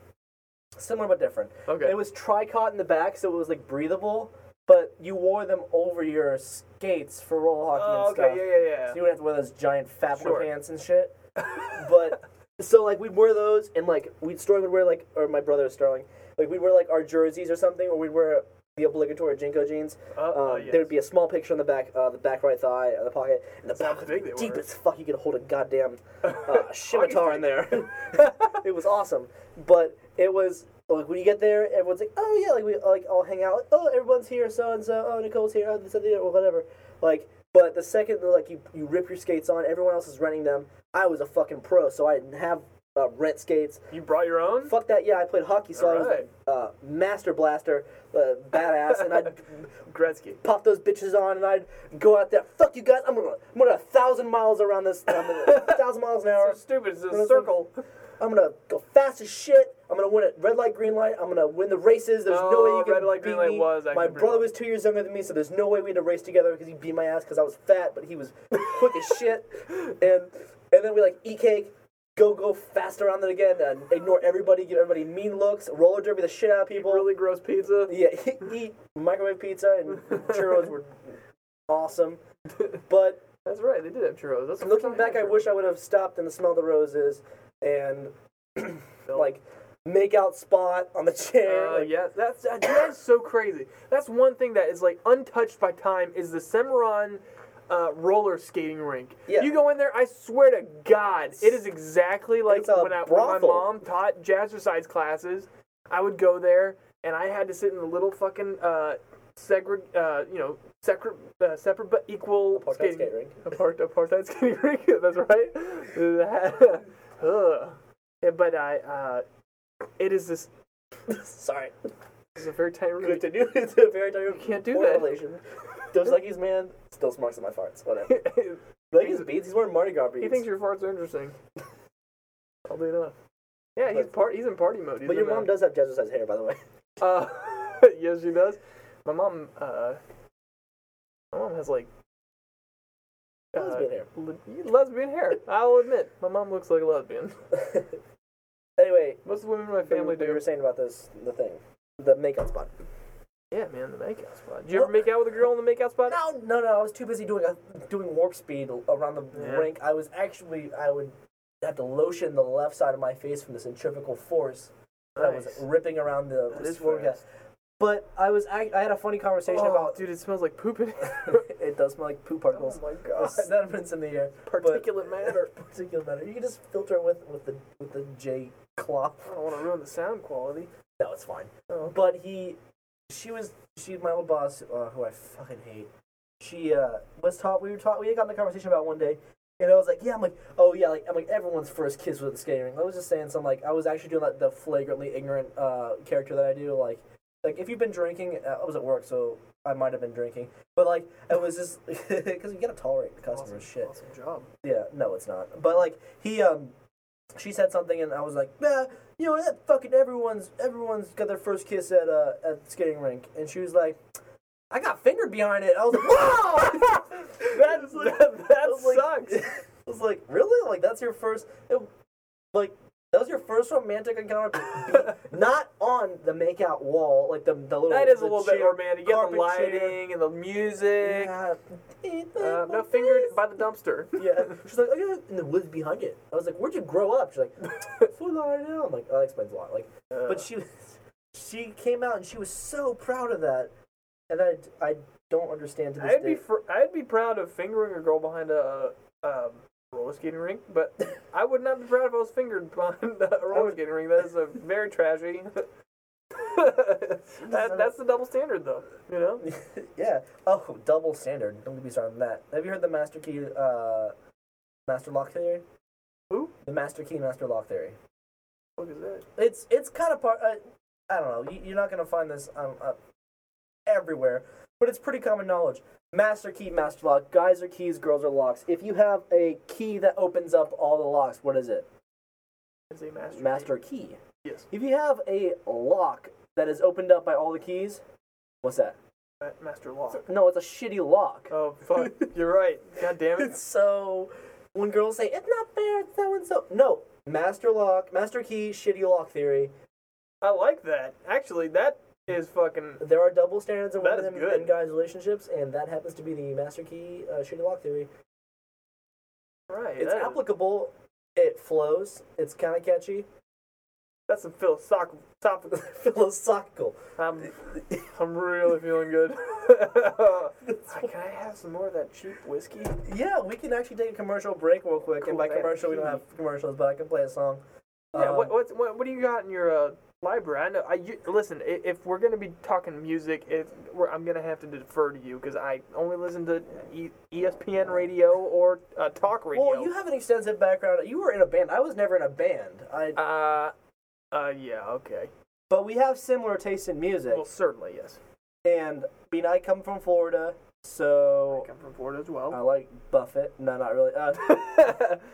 [SPEAKER 2] Similar but different.
[SPEAKER 1] Okay.
[SPEAKER 2] It was tricot in the back, so it was like breathable, but you wore them over your skates for roller hockey
[SPEAKER 1] oh,
[SPEAKER 2] and
[SPEAKER 1] okay,
[SPEAKER 2] stuff.
[SPEAKER 1] yeah, yeah, yeah.
[SPEAKER 2] So you would have to wear those giant fat boy
[SPEAKER 1] Sure.
[SPEAKER 2] pants and
[SPEAKER 1] *laughs*
[SPEAKER 2] shit. but so like we'd wear those and like we'd Sterling would wear like or my brother Sterling like we'd wear like our jerseys or something or we'd wear the obligatory Jinko jeans.
[SPEAKER 1] Uh,
[SPEAKER 2] Um,
[SPEAKER 1] oh, yes.
[SPEAKER 2] There would be a small picture on the back, uh, the back right thigh, uh, the pocket, and the
[SPEAKER 1] how
[SPEAKER 2] back
[SPEAKER 1] big they were.
[SPEAKER 2] deep as fuck. You could hold a goddamn
[SPEAKER 1] *laughs*
[SPEAKER 2] uh, scimitar in there. *laughs* it was awesome, but it was like when you get there, everyone's like, oh yeah, like we like all hang out. Like, oh, everyone's here, so and so. Oh, Nicole's here. Oh, this and that, or whatever. Like, but the second like you you rip your skates on, everyone else is renting them. I was a fucking pro, so I didn't have uh, rent skates.
[SPEAKER 1] You brought your own?
[SPEAKER 2] Fuck that. Yeah, I played hockey, so I was
[SPEAKER 1] Alright.
[SPEAKER 2] a uh, master blaster, uh, badass, and I'd *laughs*
[SPEAKER 1] Gretzky.
[SPEAKER 2] pop those bitches on, and I'd go out there. Fuck you guys! I'm gonna, I'm gonna a thousand miles around this, I'm gonna- a thousand miles an
[SPEAKER 1] *laughs* So
[SPEAKER 2] hour.
[SPEAKER 1] stupid. It's a
[SPEAKER 2] Listen.
[SPEAKER 1] circle.
[SPEAKER 2] I'm gonna go fast as shit. I'm gonna win it. Red light, green light. I'm gonna win the races. There's no,
[SPEAKER 1] No,
[SPEAKER 2] way you can
[SPEAKER 1] Oh, red light,
[SPEAKER 2] beat
[SPEAKER 1] green light
[SPEAKER 2] me.
[SPEAKER 1] was actually
[SPEAKER 2] my
[SPEAKER 1] pretty
[SPEAKER 2] brother
[SPEAKER 1] good.
[SPEAKER 2] was two years younger than me, so there's no way we had to race together because he beat my ass because I was fat, but he was quick
[SPEAKER 1] *laughs*
[SPEAKER 2] as shit. And and then we like eat cake, go go fast around it again, and ignore everybody, give everybody mean looks, roller derby the shit out of people.
[SPEAKER 1] *laughs* Really gross pizza.
[SPEAKER 2] Yeah, eat microwave pizza
[SPEAKER 1] *laughs*
[SPEAKER 2] and churros were awesome. But
[SPEAKER 1] That's right. They did have churros. That's the first
[SPEAKER 2] looking
[SPEAKER 1] time had
[SPEAKER 2] back, I
[SPEAKER 1] churros.
[SPEAKER 2] wish I would have stopped and smelled the roses and *clears throat*
[SPEAKER 1] Phil.
[SPEAKER 2] like make out spot on the chair.
[SPEAKER 1] Uh,
[SPEAKER 2] like,
[SPEAKER 1] yeah, that's that- that's so crazy. That's one thing that is like untouched by time is the Cimarron uh, roller skating rink.
[SPEAKER 2] Yeah.
[SPEAKER 1] You go in there, I swear to God, it is exactly like
[SPEAKER 2] It's a
[SPEAKER 1] when, I, when my
[SPEAKER 2] brothel.
[SPEAKER 1] mom taught jazzercise classes. I would go there, and I had to sit in the little fucking uh, segre- uh, you know, separate, uh, separate but equal
[SPEAKER 2] Apartheid
[SPEAKER 1] skating,
[SPEAKER 2] skate rink.
[SPEAKER 1] *laughs* Apart, apartheid skating rink. *laughs* That's right. *laughs* Ugh. Yeah, but I, uh, it is this
[SPEAKER 2] *laughs* Sorry.
[SPEAKER 1] it's a very tight room.
[SPEAKER 2] Continue. *laughs* It's a very tight
[SPEAKER 1] can't do that.
[SPEAKER 2] Relation. *laughs* Those Lucky's man still smarts at my farts. *laughs* Whatever.
[SPEAKER 1] *laughs* he
[SPEAKER 2] Like his beats. He's wearing Mardi Gras beats.
[SPEAKER 1] thinks your farts are
[SPEAKER 2] *laughs*
[SPEAKER 1] interesting. Oddly enough. Yeah, he's
[SPEAKER 2] But-
[SPEAKER 1] part. He's in party mode. He's
[SPEAKER 2] but your
[SPEAKER 1] in, uh,
[SPEAKER 2] mom does have jazzercise hair, by the way. *laughs*
[SPEAKER 1] Uh, *laughs* yes, she does. My mom. Uh, my mom has like uh,
[SPEAKER 2] Lesbian hair.
[SPEAKER 1] le- lesbian hair. I'll admit, my mom looks like a lesbian.
[SPEAKER 2] *laughs*
[SPEAKER 1] *laughs*
[SPEAKER 2] anyway,
[SPEAKER 1] Most of the women in my family
[SPEAKER 2] what you
[SPEAKER 1] do.
[SPEAKER 2] were saying about this the thing, the makeout spot.
[SPEAKER 1] Yeah, man, the makeout spot. Did you ever make out with a girl in the makeout spot?
[SPEAKER 2] No, no, no. I was too busy doing uh, doing warp speed around the
[SPEAKER 1] Yeah.
[SPEAKER 2] rink. I was actually I would have to lotion the left side of my face from the centrifugal force that I was
[SPEAKER 1] Nice.
[SPEAKER 2] ripping around the.
[SPEAKER 1] That is
[SPEAKER 2] forecast. But I was act- I had a funny conversation
[SPEAKER 1] Oh,
[SPEAKER 2] about
[SPEAKER 1] dude, it smells like poop in here.
[SPEAKER 2] *laughs* it does smell like poop
[SPEAKER 1] oh *laughs*
[SPEAKER 2] particles.
[SPEAKER 1] my god.
[SPEAKER 2] That's- *laughs* that prints in the air.
[SPEAKER 1] Particulate matter.
[SPEAKER 2] Particulate matter. You can just filter it with with the with the J cloth.
[SPEAKER 1] I don't want to ruin the sound quality.
[SPEAKER 2] No, it's fine.
[SPEAKER 1] Oh.
[SPEAKER 2] But he, she was, she, my old boss, uh, who I fucking hate. She uh, was taught. We were taught. We got in a conversation about it one day, and I was like, yeah, I'm like, oh yeah, like I'm like everyone's first kiss was a skating rink. I was just saying some like I was actually doing that the flagrantly ignorant uh, character that I do. Like, like if you've been drinking, uh, I was at work, so I might have been drinking. But like I was just *laughs* because you gotta tolerate the customer's
[SPEAKER 1] Awesome,
[SPEAKER 2] shit.
[SPEAKER 1] awesome job.
[SPEAKER 2] Yeah, no, it's not. But like he, um, she said something, and I was like, nah, you know, that fucking everyone's everyone's got their first kiss at uh at the skating rink, and she was like, I got fingered behind it. I was like,
[SPEAKER 1] *laughs*
[SPEAKER 2] whoa,
[SPEAKER 1] *laughs* That, that, that
[SPEAKER 2] I was
[SPEAKER 1] *laughs*
[SPEAKER 2] like-
[SPEAKER 1] sucks.
[SPEAKER 2] *laughs* I was like, really? Like that's your first, it- like that was your first romantic encounter,
[SPEAKER 1] *laughs*
[SPEAKER 2] not on the makeout wall, like the the little.
[SPEAKER 1] That is a
[SPEAKER 2] the
[SPEAKER 1] little bit
[SPEAKER 2] chair-
[SPEAKER 1] romantic. You got the
[SPEAKER 2] carpet
[SPEAKER 1] lighting
[SPEAKER 2] chair.
[SPEAKER 1] and the music.
[SPEAKER 2] Yeah.
[SPEAKER 1] Uh, no fingered by the
[SPEAKER 2] *laughs*
[SPEAKER 1] dumpster.
[SPEAKER 2] Yeah. She's like, I got in the woods behind it. I was like, Where'd you grow up? She's
[SPEAKER 1] Uh,
[SPEAKER 2] like, Fort Lauderdale. I'm like, oh, that explains a lot. Like, but she was, she came out and she was so proud of that, and I, I don't understand to this
[SPEAKER 1] I'd
[SPEAKER 2] day.
[SPEAKER 1] be fr- I'd be proud of fingering a girl behind a um, roller skating rink,
[SPEAKER 2] *laughs*
[SPEAKER 1] but I would not be proud if I was fingered behind *laughs* a roller
[SPEAKER 2] would-
[SPEAKER 1] skating rink. That is a very
[SPEAKER 2] *laughs*
[SPEAKER 1] trashy. *laughs* that, that's the double standard, though. You know,
[SPEAKER 2] *laughs* yeah. Oh, double standard. Don't get me started on that. Have you heard the master key, uh, master lock theory?
[SPEAKER 1] Who?
[SPEAKER 2] The master key, master lock theory.
[SPEAKER 1] what is that?
[SPEAKER 2] It's it's kind of part. Uh, I don't know. You, you're not gonna find this um, uh, everywhere, but it's pretty common knowledge. Master key, master lock. Guys are keys, girls are locks. If you have a key that opens up all the locks, what is it?
[SPEAKER 1] It's a master.
[SPEAKER 2] Master key.
[SPEAKER 1] Yes.
[SPEAKER 2] If you have a lock that is opened up by all the keys, what's that?
[SPEAKER 1] Ma- master lock.
[SPEAKER 2] No, it's a shitty *laughs* lock.
[SPEAKER 1] Oh fuck! You're right. God damn it.
[SPEAKER 2] so when girls say it's not fair, it's so and so. No, master lock, master key, shitty lock theory.
[SPEAKER 1] I like that. Actually, that is fucking.
[SPEAKER 2] There are double standards in
[SPEAKER 1] That
[SPEAKER 2] women
[SPEAKER 1] is
[SPEAKER 2] and
[SPEAKER 1] good.
[SPEAKER 2] and guys' relationships, and that happens to be the master key uh, shitty lock theory.
[SPEAKER 1] Right.
[SPEAKER 2] It's
[SPEAKER 1] that is-
[SPEAKER 2] applicable. It flows. It's kind of catchy. *laughs*
[SPEAKER 1] that's some philosophical. topic-
[SPEAKER 2] Philosophical. *laughs*
[SPEAKER 1] I'm, I'm really feeling good. *laughs* Can I have some more of that cheap whiskey?
[SPEAKER 2] Yeah, we can actually take a commercial break real quick.
[SPEAKER 1] Cool,
[SPEAKER 2] and by
[SPEAKER 1] man.
[SPEAKER 2] commercial, we don't have commercials, but I can play a song.
[SPEAKER 1] Yeah.
[SPEAKER 2] Um,
[SPEAKER 1] What, what what what do you got in your uh, library? I know. I you, listen. i- If we're gonna be talking music, if we're, I'm gonna have to defer to you because I only listen to e, ESPN radio or uh, talk radio.
[SPEAKER 2] Well, you have an extensive background. You were in a band. I was never in a band. I.
[SPEAKER 1] uh, uh, yeah. Okay.
[SPEAKER 2] But we have similar tastes in music,
[SPEAKER 1] Well, certainly yes.
[SPEAKER 2] and I mean, I come from Florida, so
[SPEAKER 1] I come from Florida as
[SPEAKER 2] I
[SPEAKER 1] well.
[SPEAKER 2] like Buffett. No, not really. Uh,
[SPEAKER 1] *laughs*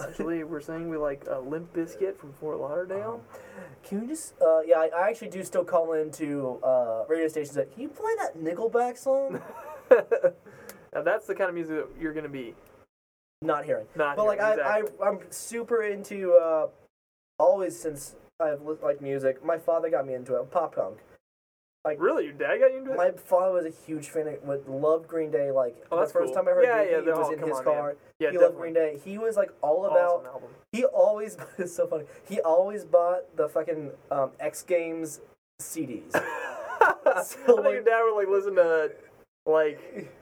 [SPEAKER 1] Actually, we're saying we like uh, Limp Biscuit from Fort Lauderdale.
[SPEAKER 2] Can you just? Uh, yeah, I, I actually do still call into uh, radio stations. That can you play that Nickelback song? *laughs*
[SPEAKER 1] *laughs* now that's the kind of music that you're gonna be
[SPEAKER 2] Not hearing.
[SPEAKER 1] not.
[SPEAKER 2] But like
[SPEAKER 1] hearing,
[SPEAKER 2] I,
[SPEAKER 1] exactly.
[SPEAKER 2] I, I'm super into. Uh, always since I've li- liked music, my father got me into it. Pop punk.
[SPEAKER 1] really, your dad got you into it.
[SPEAKER 2] My father was a huge fan. Of, would loved Green Day. Like
[SPEAKER 1] Oh,
[SPEAKER 2] the
[SPEAKER 1] that's
[SPEAKER 2] first
[SPEAKER 1] cool.
[SPEAKER 2] time I heard
[SPEAKER 1] Yeah,
[SPEAKER 2] Green
[SPEAKER 1] yeah,
[SPEAKER 2] Day,
[SPEAKER 1] they're
[SPEAKER 2] it was
[SPEAKER 1] all-
[SPEAKER 2] in
[SPEAKER 1] come
[SPEAKER 2] his
[SPEAKER 1] on,
[SPEAKER 2] car.
[SPEAKER 1] man. yeah,
[SPEAKER 2] he
[SPEAKER 1] definitely.
[SPEAKER 2] loved Green Day. He was like all about.
[SPEAKER 1] Awesome
[SPEAKER 2] *laughs*
[SPEAKER 1] album. *laughs*
[SPEAKER 2] He always it's so funny. He always bought the fucking um, X Games CDs.
[SPEAKER 1] I think your dad would like listen to like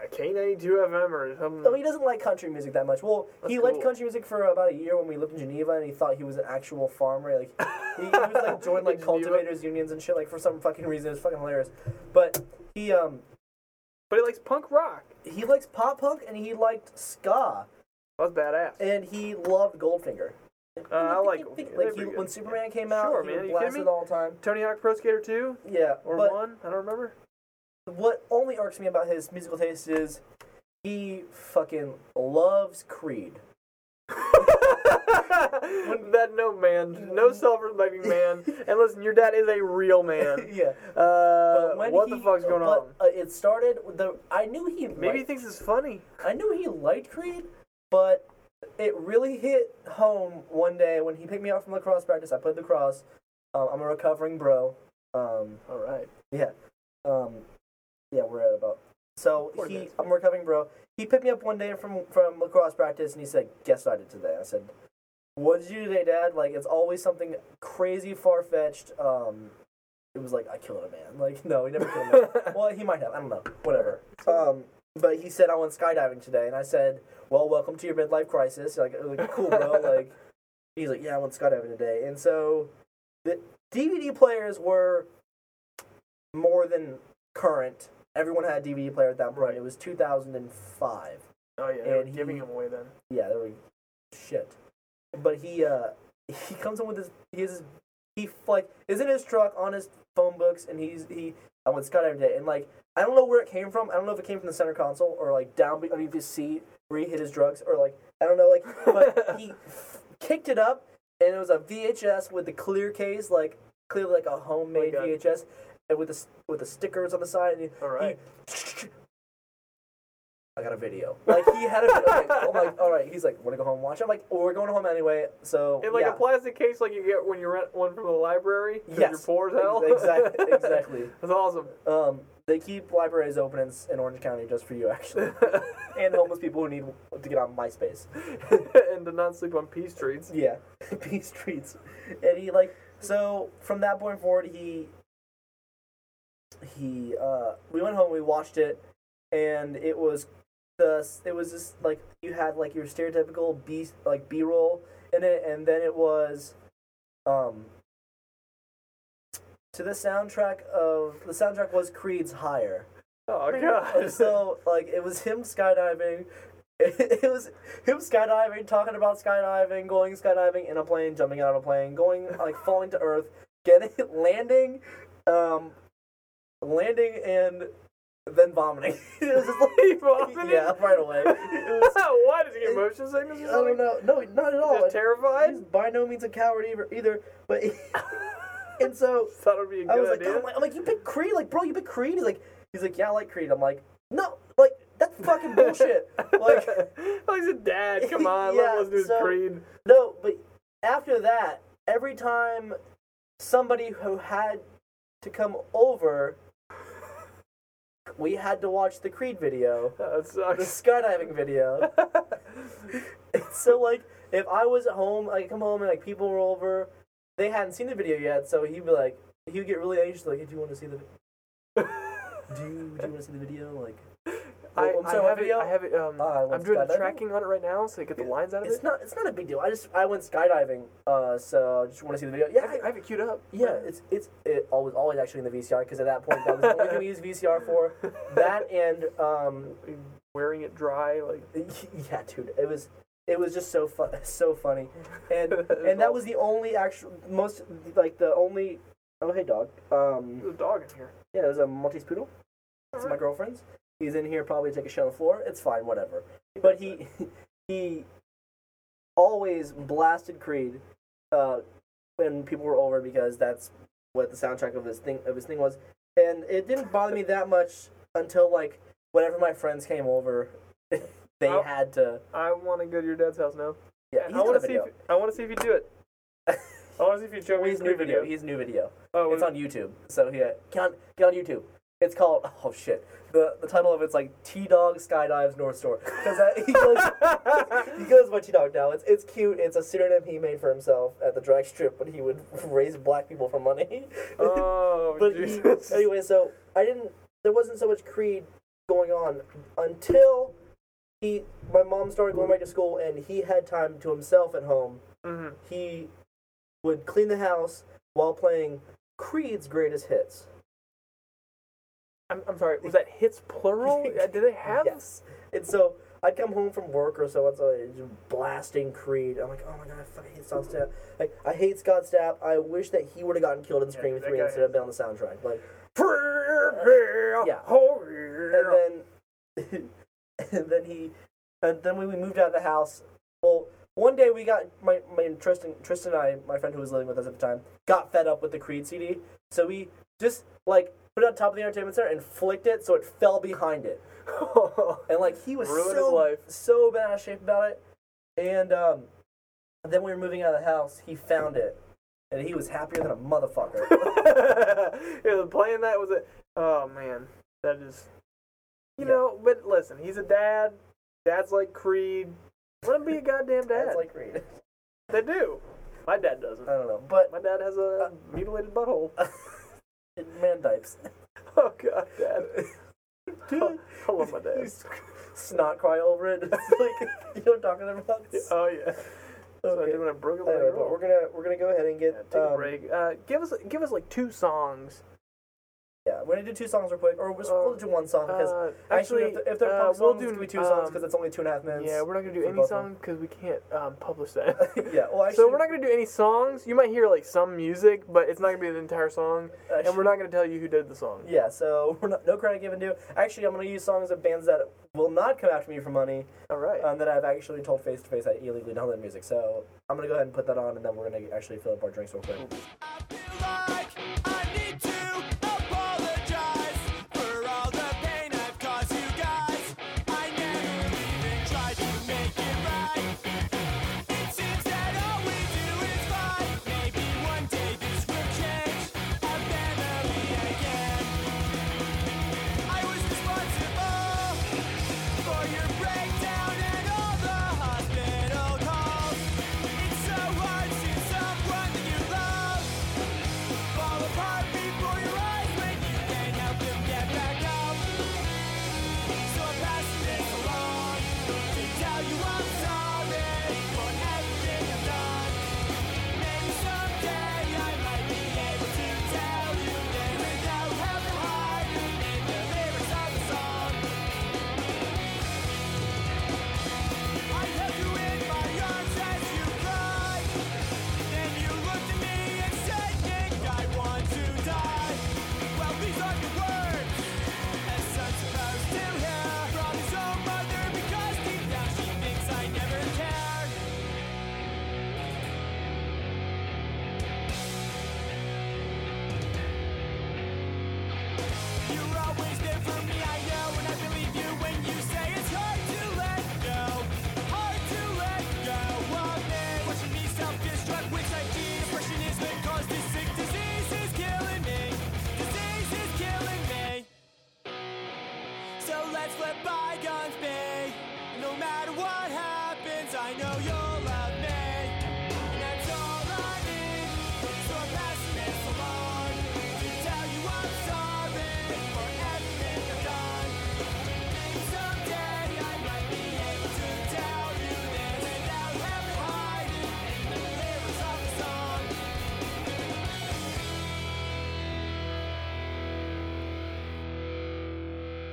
[SPEAKER 1] uh, K ninety two FM or something.
[SPEAKER 2] No, he doesn't like country music that much. Well, he
[SPEAKER 1] That's
[SPEAKER 2] liked
[SPEAKER 1] cool.
[SPEAKER 2] country music for about a year when we lived in Geneva, and he thought he was an actual farmer. Like he, he was
[SPEAKER 1] *laughs*
[SPEAKER 2] like joined
[SPEAKER 1] In
[SPEAKER 2] like
[SPEAKER 1] Geneva.
[SPEAKER 2] cultivators unions and shit. Like for some fucking reason, it was fucking hilarious. But he um
[SPEAKER 1] But he likes punk rock.
[SPEAKER 2] he likes pop punk and he liked ska
[SPEAKER 1] That's badass.
[SPEAKER 2] and he loved Goldfinger.
[SPEAKER 1] Uh, I like
[SPEAKER 2] Like he, when Superman came out,
[SPEAKER 1] Sure,
[SPEAKER 2] he
[SPEAKER 1] man,
[SPEAKER 2] would
[SPEAKER 1] you
[SPEAKER 2] blast
[SPEAKER 1] kidding
[SPEAKER 2] it
[SPEAKER 1] me?
[SPEAKER 2] all the time.
[SPEAKER 1] Tony Hawk Pro Skater two
[SPEAKER 2] Yeah,
[SPEAKER 1] or
[SPEAKER 2] but
[SPEAKER 1] one. I don't remember.
[SPEAKER 2] what only irks me about his musical taste is he fucking loves Creed. *laughs*
[SPEAKER 1] *laughs* that no man, no self-respecting man. And listen, your dad is a real
[SPEAKER 2] *laughs*
[SPEAKER 1] man.
[SPEAKER 2] yeah.
[SPEAKER 1] Uh,
[SPEAKER 2] But when
[SPEAKER 1] what the
[SPEAKER 2] he-
[SPEAKER 1] fuck's going
[SPEAKER 2] but,
[SPEAKER 1] on?
[SPEAKER 2] Uh, it started. with The I knew he
[SPEAKER 1] Maybe he
[SPEAKER 2] liked,
[SPEAKER 1] thinks it's
[SPEAKER 2] *laughs*
[SPEAKER 1] funny.
[SPEAKER 2] I knew he liked Creed, but it really hit home one day when he picked me up from lacrosse practice. I played lacrosse. Um, I'm a recovering bro. Um,
[SPEAKER 1] All right.
[SPEAKER 2] yeah, um, yeah, we're at about. So
[SPEAKER 1] Poor
[SPEAKER 2] he,
[SPEAKER 1] guys.
[SPEAKER 2] I'm a recovering bro. He picked me up one day from from lacrosse practice, and he said, "Guess what I did today?" I said, "What did you do today, Dad?" Like it's always something crazy, far fetched. Um, it was like I killed a man. Like *laughs* no, he never killed a man. well, he might have. I don't know. Whatever. Um, but he said I went skydiving today, and I said, "Well, welcome to your midlife crisis." Like, uh, like cool, bro. like, he's like, "Yeah, I went skydiving today," and so the DVD players were more than current. Everyone had a DVD player at that point.
[SPEAKER 1] Right.
[SPEAKER 2] It was 2005.
[SPEAKER 1] *laughs* Oh yeah, they were
[SPEAKER 2] And
[SPEAKER 1] giving
[SPEAKER 2] he-
[SPEAKER 1] him away then.
[SPEAKER 2] Yeah, there we shit. But he uh he comes in with his he has his he like is in his truck on his phone books and he's he uh, I went skydiving today and like I don't know where it came from. I don't know if it came from the center console or like down beneath his seat where he hid his drugs or like I don't know like but he kicked it up and it was a VHS with the clear case like clearly like a homemade
[SPEAKER 1] God.
[SPEAKER 2] VHS and with the s- with the stickers on the side and he,
[SPEAKER 1] All right.
[SPEAKER 2] *laughs* I got a video. Like he had a video. Like, I'm like, all right. He's like, want to go home and watch? I'm like, well, we're going home anyway. So
[SPEAKER 1] In like
[SPEAKER 2] yeah.
[SPEAKER 1] a plastic case, like you get when you rent one from the library. 'cause You're
[SPEAKER 2] Yes.
[SPEAKER 1] poor as hell.
[SPEAKER 2] Ex-
[SPEAKER 1] *laughs*
[SPEAKER 2] exactly. Exactly.
[SPEAKER 1] That's awesome. *laughs*
[SPEAKER 2] Um, they keep libraries open in, in Orange County just for you, actually, *laughs* and homeless people who need to get on MySpace.
[SPEAKER 1] and to not sleep on P streets.
[SPEAKER 2] Yeah, *laughs* P streets. And he like so from that point forward, he he uh we went home, we watched it, and it was the it was just like you had like your stereotypical B like B roll in it, and then it was um to the soundtrack of the soundtrack was Creed's Higher.
[SPEAKER 1] Oh
[SPEAKER 2] And
[SPEAKER 1] god. *laughs*
[SPEAKER 2] so like it was him skydiving. *laughs* It, was him skydiving, talking about skydiving, going skydiving in a plane, jumping out of a plane, going like falling to earth, getting *laughs* landing, um, landing and then vomiting. *laughs* it was just
[SPEAKER 1] He
[SPEAKER 2] like
[SPEAKER 1] vomited?
[SPEAKER 2] *laughs* yeah,
[SPEAKER 1] *laughs*
[SPEAKER 2] right away. It was,
[SPEAKER 1] Why did he get motion sickness?
[SPEAKER 2] I
[SPEAKER 1] or something?
[SPEAKER 2] don't know. No, not at all.
[SPEAKER 1] Just terrified.
[SPEAKER 2] He's by no means a coward either. either but and so
[SPEAKER 1] Thought it would be a
[SPEAKER 2] I
[SPEAKER 1] good
[SPEAKER 2] was like,
[SPEAKER 1] idea.
[SPEAKER 2] God, I'm like, I'm like, you picked Creed, like, bro, you picked Creed. He's like, he's like, yeah, I like Creed. I'm like, no, like, that's fucking bullshit. like,
[SPEAKER 1] *laughs* oh, he's a dad. Come on,
[SPEAKER 2] *laughs* Yeah,
[SPEAKER 1] let us do his
[SPEAKER 2] so-
[SPEAKER 1] creed.
[SPEAKER 2] no, but after that, every time somebody who had to come over, we had to watch the Creed video,
[SPEAKER 1] Oh, That
[SPEAKER 2] the
[SPEAKER 1] sucks.
[SPEAKER 2] skydiving video. so like, if I was at home, I come home and like people were over, they hadn't seen the video yet, so he'd be like, he'd get really anxious, like, hey, do you want to see the, do you, do you want to see the video, like.
[SPEAKER 1] *laughs* I,
[SPEAKER 2] I'm
[SPEAKER 1] I
[SPEAKER 2] sorry, what
[SPEAKER 1] have it.
[SPEAKER 2] video?
[SPEAKER 1] I have it. Um,
[SPEAKER 2] Uh, I went
[SPEAKER 1] I'm doing the
[SPEAKER 2] skydiving?
[SPEAKER 1] tracking on it right now, so I get the lines out of
[SPEAKER 2] It's
[SPEAKER 1] it.
[SPEAKER 2] not. It's not a big deal. I just I went skydiving. Uh, so I just want to see the video. Yeah,
[SPEAKER 1] I have, it- I
[SPEAKER 2] I-
[SPEAKER 1] have it queued up.
[SPEAKER 2] yeah. It's it's it always always actually in the VCR because at that point that was the only thing we used
[SPEAKER 1] *laughs*
[SPEAKER 2] VCR for. That and um, *laughs*
[SPEAKER 1] wearing it dry, like
[SPEAKER 2] yeah, dude, it was it was just so fun, *laughs* so funny, and and that was the only actual most like the only. Oh hey dog. Um,
[SPEAKER 1] there's a dog in here.
[SPEAKER 2] yeah, there's a Maltese poodle. It's
[SPEAKER 1] Uh-huh.
[SPEAKER 2] my girlfriend's. He's in here probably to take a shit on the floor. It's fine, whatever. But he *laughs* he always blasted Creed uh, when people were over because that's what the soundtrack of his thing of his thing was, and it didn't bother me that much until like whenever my friends came over, *laughs* they
[SPEAKER 1] Oh.
[SPEAKER 2] had to.
[SPEAKER 1] I want to go to your dad's house now.
[SPEAKER 2] Yeah,
[SPEAKER 1] And
[SPEAKER 2] he's
[SPEAKER 1] I want
[SPEAKER 2] got a
[SPEAKER 1] to see. If,
[SPEAKER 2] video.
[SPEAKER 1] I want to see if you do
[SPEAKER 2] *laughs*
[SPEAKER 1] it. I want to see if you show me
[SPEAKER 2] He's
[SPEAKER 1] his
[SPEAKER 2] new
[SPEAKER 1] new
[SPEAKER 2] video.
[SPEAKER 1] video.
[SPEAKER 2] He's new video.
[SPEAKER 1] Oh,
[SPEAKER 2] It's on YouTube. So yeah, get on, get on YouTube. It's called *laughs* oh shit. The the title of it's like T Dog Skydives North Store because *laughs* he goes he goes by T Dog now. It's it's cute. It's a pseudonym he made for himself at the drag strip when he would *laughs* raise black people for money.
[SPEAKER 1] *laughs* *laughs* oh
[SPEAKER 2] *laughs* but he,
[SPEAKER 1] Jesus.
[SPEAKER 2] anyway, so I didn't. There wasn't so much Creed going on until he my mom started going back to school and he had time to himself at home
[SPEAKER 1] Mhm.
[SPEAKER 2] he would clean the house while playing Creed's greatest hits.
[SPEAKER 1] I'm, I'm sorry. Was that hits plural? Uh, Do they have?
[SPEAKER 2] Yes. And so I'd come home from work or so and so and just blasting Creed. I'm like, oh my god, I fucking hate Scott Stapp. Like, I hate Scott Stapp. I wish that he would have gotten killed in Scream
[SPEAKER 1] that
[SPEAKER 2] 3
[SPEAKER 1] guy
[SPEAKER 2] instead of being on the soundtrack. Like, Yeah.
[SPEAKER 1] Oh,
[SPEAKER 2] and then *laughs* and then he and then when we moved out of the house well one day we got my, my tristan tristan and i my friend who was living with us at the time got fed up with the creed cd so we just like put it on top of the entertainment center and flicked it so it fell behind it and like he was
[SPEAKER 1] Ruined his
[SPEAKER 2] so
[SPEAKER 1] life.
[SPEAKER 2] so bad out of shape about it and um then we were moving out of the house he found it and he was happier than a *laughs* motherfucker
[SPEAKER 1] yeah, *laughs* playing that was a. Oh man, that is. You
[SPEAKER 2] Yeah.
[SPEAKER 1] know, but listen, he's a dad. Dad's like Creed. Let him be a goddamn dad.
[SPEAKER 2] that's like creed
[SPEAKER 1] they do. My dad doesn't.
[SPEAKER 2] i don't know but *laughs*
[SPEAKER 1] My dad has a mutilated butthole.
[SPEAKER 2] man *laughs* diapers.
[SPEAKER 1] *laughs* Oh God, Dad.
[SPEAKER 2] Oh,
[SPEAKER 1] I love my
[SPEAKER 2] *laughs*
[SPEAKER 1] dad.
[SPEAKER 2] Snot cry over it. *laughs* It's like you know what I'm talking about. *laughs*
[SPEAKER 1] Oh yeah. So I
[SPEAKER 4] Okay.
[SPEAKER 1] did when I broke up.
[SPEAKER 4] Anyway, but we're gonna we're gonna go ahead and get
[SPEAKER 1] Yeah, take a
[SPEAKER 4] um,
[SPEAKER 1] break. Uh, give us give us like two songs.
[SPEAKER 2] Yeah, we're gonna do two songs real quick, or we'll, we'll do one song because
[SPEAKER 1] Uh,
[SPEAKER 2] actually, if they're, if they're
[SPEAKER 1] uh,
[SPEAKER 2] punk songs,
[SPEAKER 1] we'll
[SPEAKER 2] it's
[SPEAKER 1] do
[SPEAKER 2] gonna be two
[SPEAKER 1] um,
[SPEAKER 2] songs because it's only two and a half minutes.
[SPEAKER 1] Yeah, we're not gonna do
[SPEAKER 2] for
[SPEAKER 1] any
[SPEAKER 2] both of
[SPEAKER 1] song because we can't um, publish that.
[SPEAKER 2] yeah. Well, *laughs* actually,
[SPEAKER 1] *laughs* so we're not gonna do any songs. You might hear like some music, but it's not gonna be the entire song,
[SPEAKER 2] actually-
[SPEAKER 1] and we're not gonna tell you who did the song.
[SPEAKER 2] Yeah, so *laughs* we're not, no credit given due. Actually, I'm gonna use songs of bands that will not come after me for money,
[SPEAKER 1] All right.
[SPEAKER 2] um, that I've actually told face to face I illegally downloaded music. So I'm gonna go ahead and put that on, and then we're gonna actually fill up our drinks real quick.
[SPEAKER 5] I feel like I need to apologize for all the pain I've caused you guys. I never even tried to make it right. It seems that all we do is fight. Maybe one day this will change our family again. I was responsible for your breakdown and all the hospital calls. It's so hard to someone that you love fall apart before your eyes when you can't help them get back up. So I'm passing this along to tell you I'm sorry for everything I've done. Maybe someday I might be able to tell you that without having heart in the lyrics of the song. I held you in my arms as you cried. Then you looked at me and said, Nick, I want to die. Well, these are your words. And such a vows to hear from his own mother because deep down she thinks I never care. You're always there for me, I know, and I believe you when you say it's hard to let go. Hard to let go of me. Pushing me self-destruct, which I keep. Depression is the cause, this sick disease is killing me. Disease is killing me. So let's let bygones be. No matter what happens, I know you'll love me. And that's all I need. So I'm passing this along to tell you I'm sorry for everything I've done. Maybe someday I might be able to tell you this without having hiding in the lyrics of the song.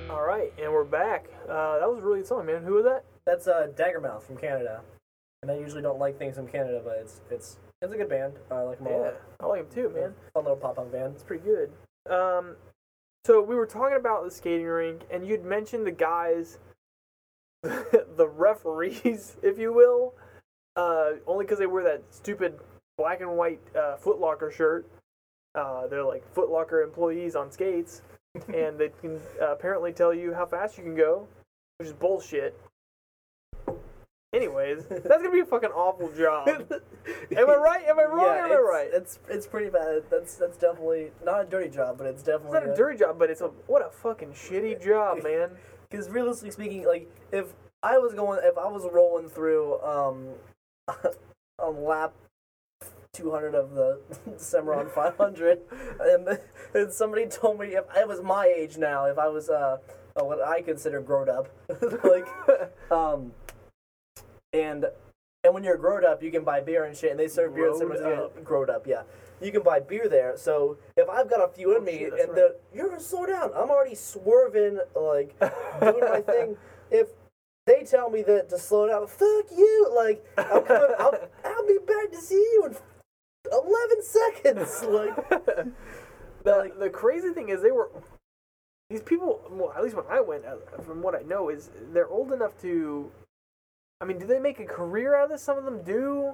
[SPEAKER 1] All right, and we're back. Uh, that was a really good song, man. Who was that?
[SPEAKER 2] That's uh, Daggermouth from Canada, and I usually don't like things from Canada, but it's it's it's a good band. I like them all.
[SPEAKER 1] Yeah, I like him too, man.
[SPEAKER 2] Fun little pop punk band.
[SPEAKER 1] It's pretty good. Um, so we were talking about the skating rink, and you'd mentioned the guys, *laughs* the referees, *laughs* if you will, uh, only because they wear that stupid black and white uh, Foot Locker shirt. Uh, they're like Foot Locker employees on skates,
[SPEAKER 2] *laughs*
[SPEAKER 1] and they can uh, apparently tell you how fast you can go, which is bullshit. Anyways, that's gonna be a fucking awful
[SPEAKER 2] *laughs*
[SPEAKER 1] job. Am I right? Am I wrong?
[SPEAKER 2] yeah,
[SPEAKER 1] Am I
[SPEAKER 2] it's,
[SPEAKER 1] right?
[SPEAKER 2] It's it's pretty bad. That's that's definitely not a dirty job, but it's definitely
[SPEAKER 1] It's not a dirty job, but it's a what a fucking shitty
[SPEAKER 2] *laughs*
[SPEAKER 1] job, man.
[SPEAKER 2] Because realistically speaking, like if I was going, if I was rolling through um *laughs* on lap two hundred of the *laughs* Cimarron five hundred, and, *laughs* and somebody told me if I was my age now, if I was uh uh, what I consider grown up, *laughs*
[SPEAKER 1] *laughs*
[SPEAKER 2] like um and. And when you're grown up, you can buy beer and shit, and they serve beer. at
[SPEAKER 1] Growed
[SPEAKER 2] Cimarron's Inn.
[SPEAKER 1] up.
[SPEAKER 2] Grown up, yeah. You can buy beer there. So if I've got a few in
[SPEAKER 1] Oh,
[SPEAKER 2] me,
[SPEAKER 1] shit,
[SPEAKER 2] and
[SPEAKER 1] that's right.
[SPEAKER 2] the you're slow down. I'm already swerving, like doing
[SPEAKER 1] *laughs*
[SPEAKER 2] my thing. If they tell me that to slow down, fuck you. Like I'm coming, I'll,
[SPEAKER 1] *laughs*
[SPEAKER 2] I'll be back to see you in eleven seconds. Like
[SPEAKER 1] The, the crazy thing is they were these people. Well, at least when I went, uh, from what I know, is they're old enough to. I mean, do they make a career out of this? Some of them do.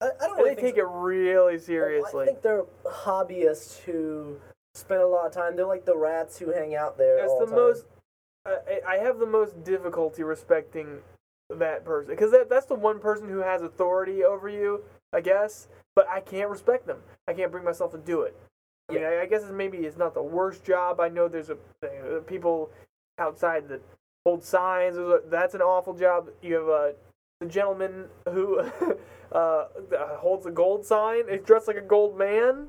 [SPEAKER 2] I, I don't
[SPEAKER 1] And
[SPEAKER 2] really
[SPEAKER 1] they
[SPEAKER 2] think
[SPEAKER 1] take it really
[SPEAKER 2] so. I
[SPEAKER 1] seriously.
[SPEAKER 2] think they're hobbyists who spend a lot of time. They're like the rats who hang out there.
[SPEAKER 1] That's
[SPEAKER 2] all
[SPEAKER 1] the
[SPEAKER 2] time.
[SPEAKER 1] most. I, I have the most difficulty respecting that person because that, that's the one person who has authority over you, I guess. But I can't respect them. I can't bring myself to do it. I mean, I, I guess it's maybe it's not the worst job. I know there's a uh, people outside that hold signs. There's a- That's an awful job. You have uh, the gentleman who *laughs* uh, holds a gold sign is dressed like a gold
[SPEAKER 2] *laughs*
[SPEAKER 1] man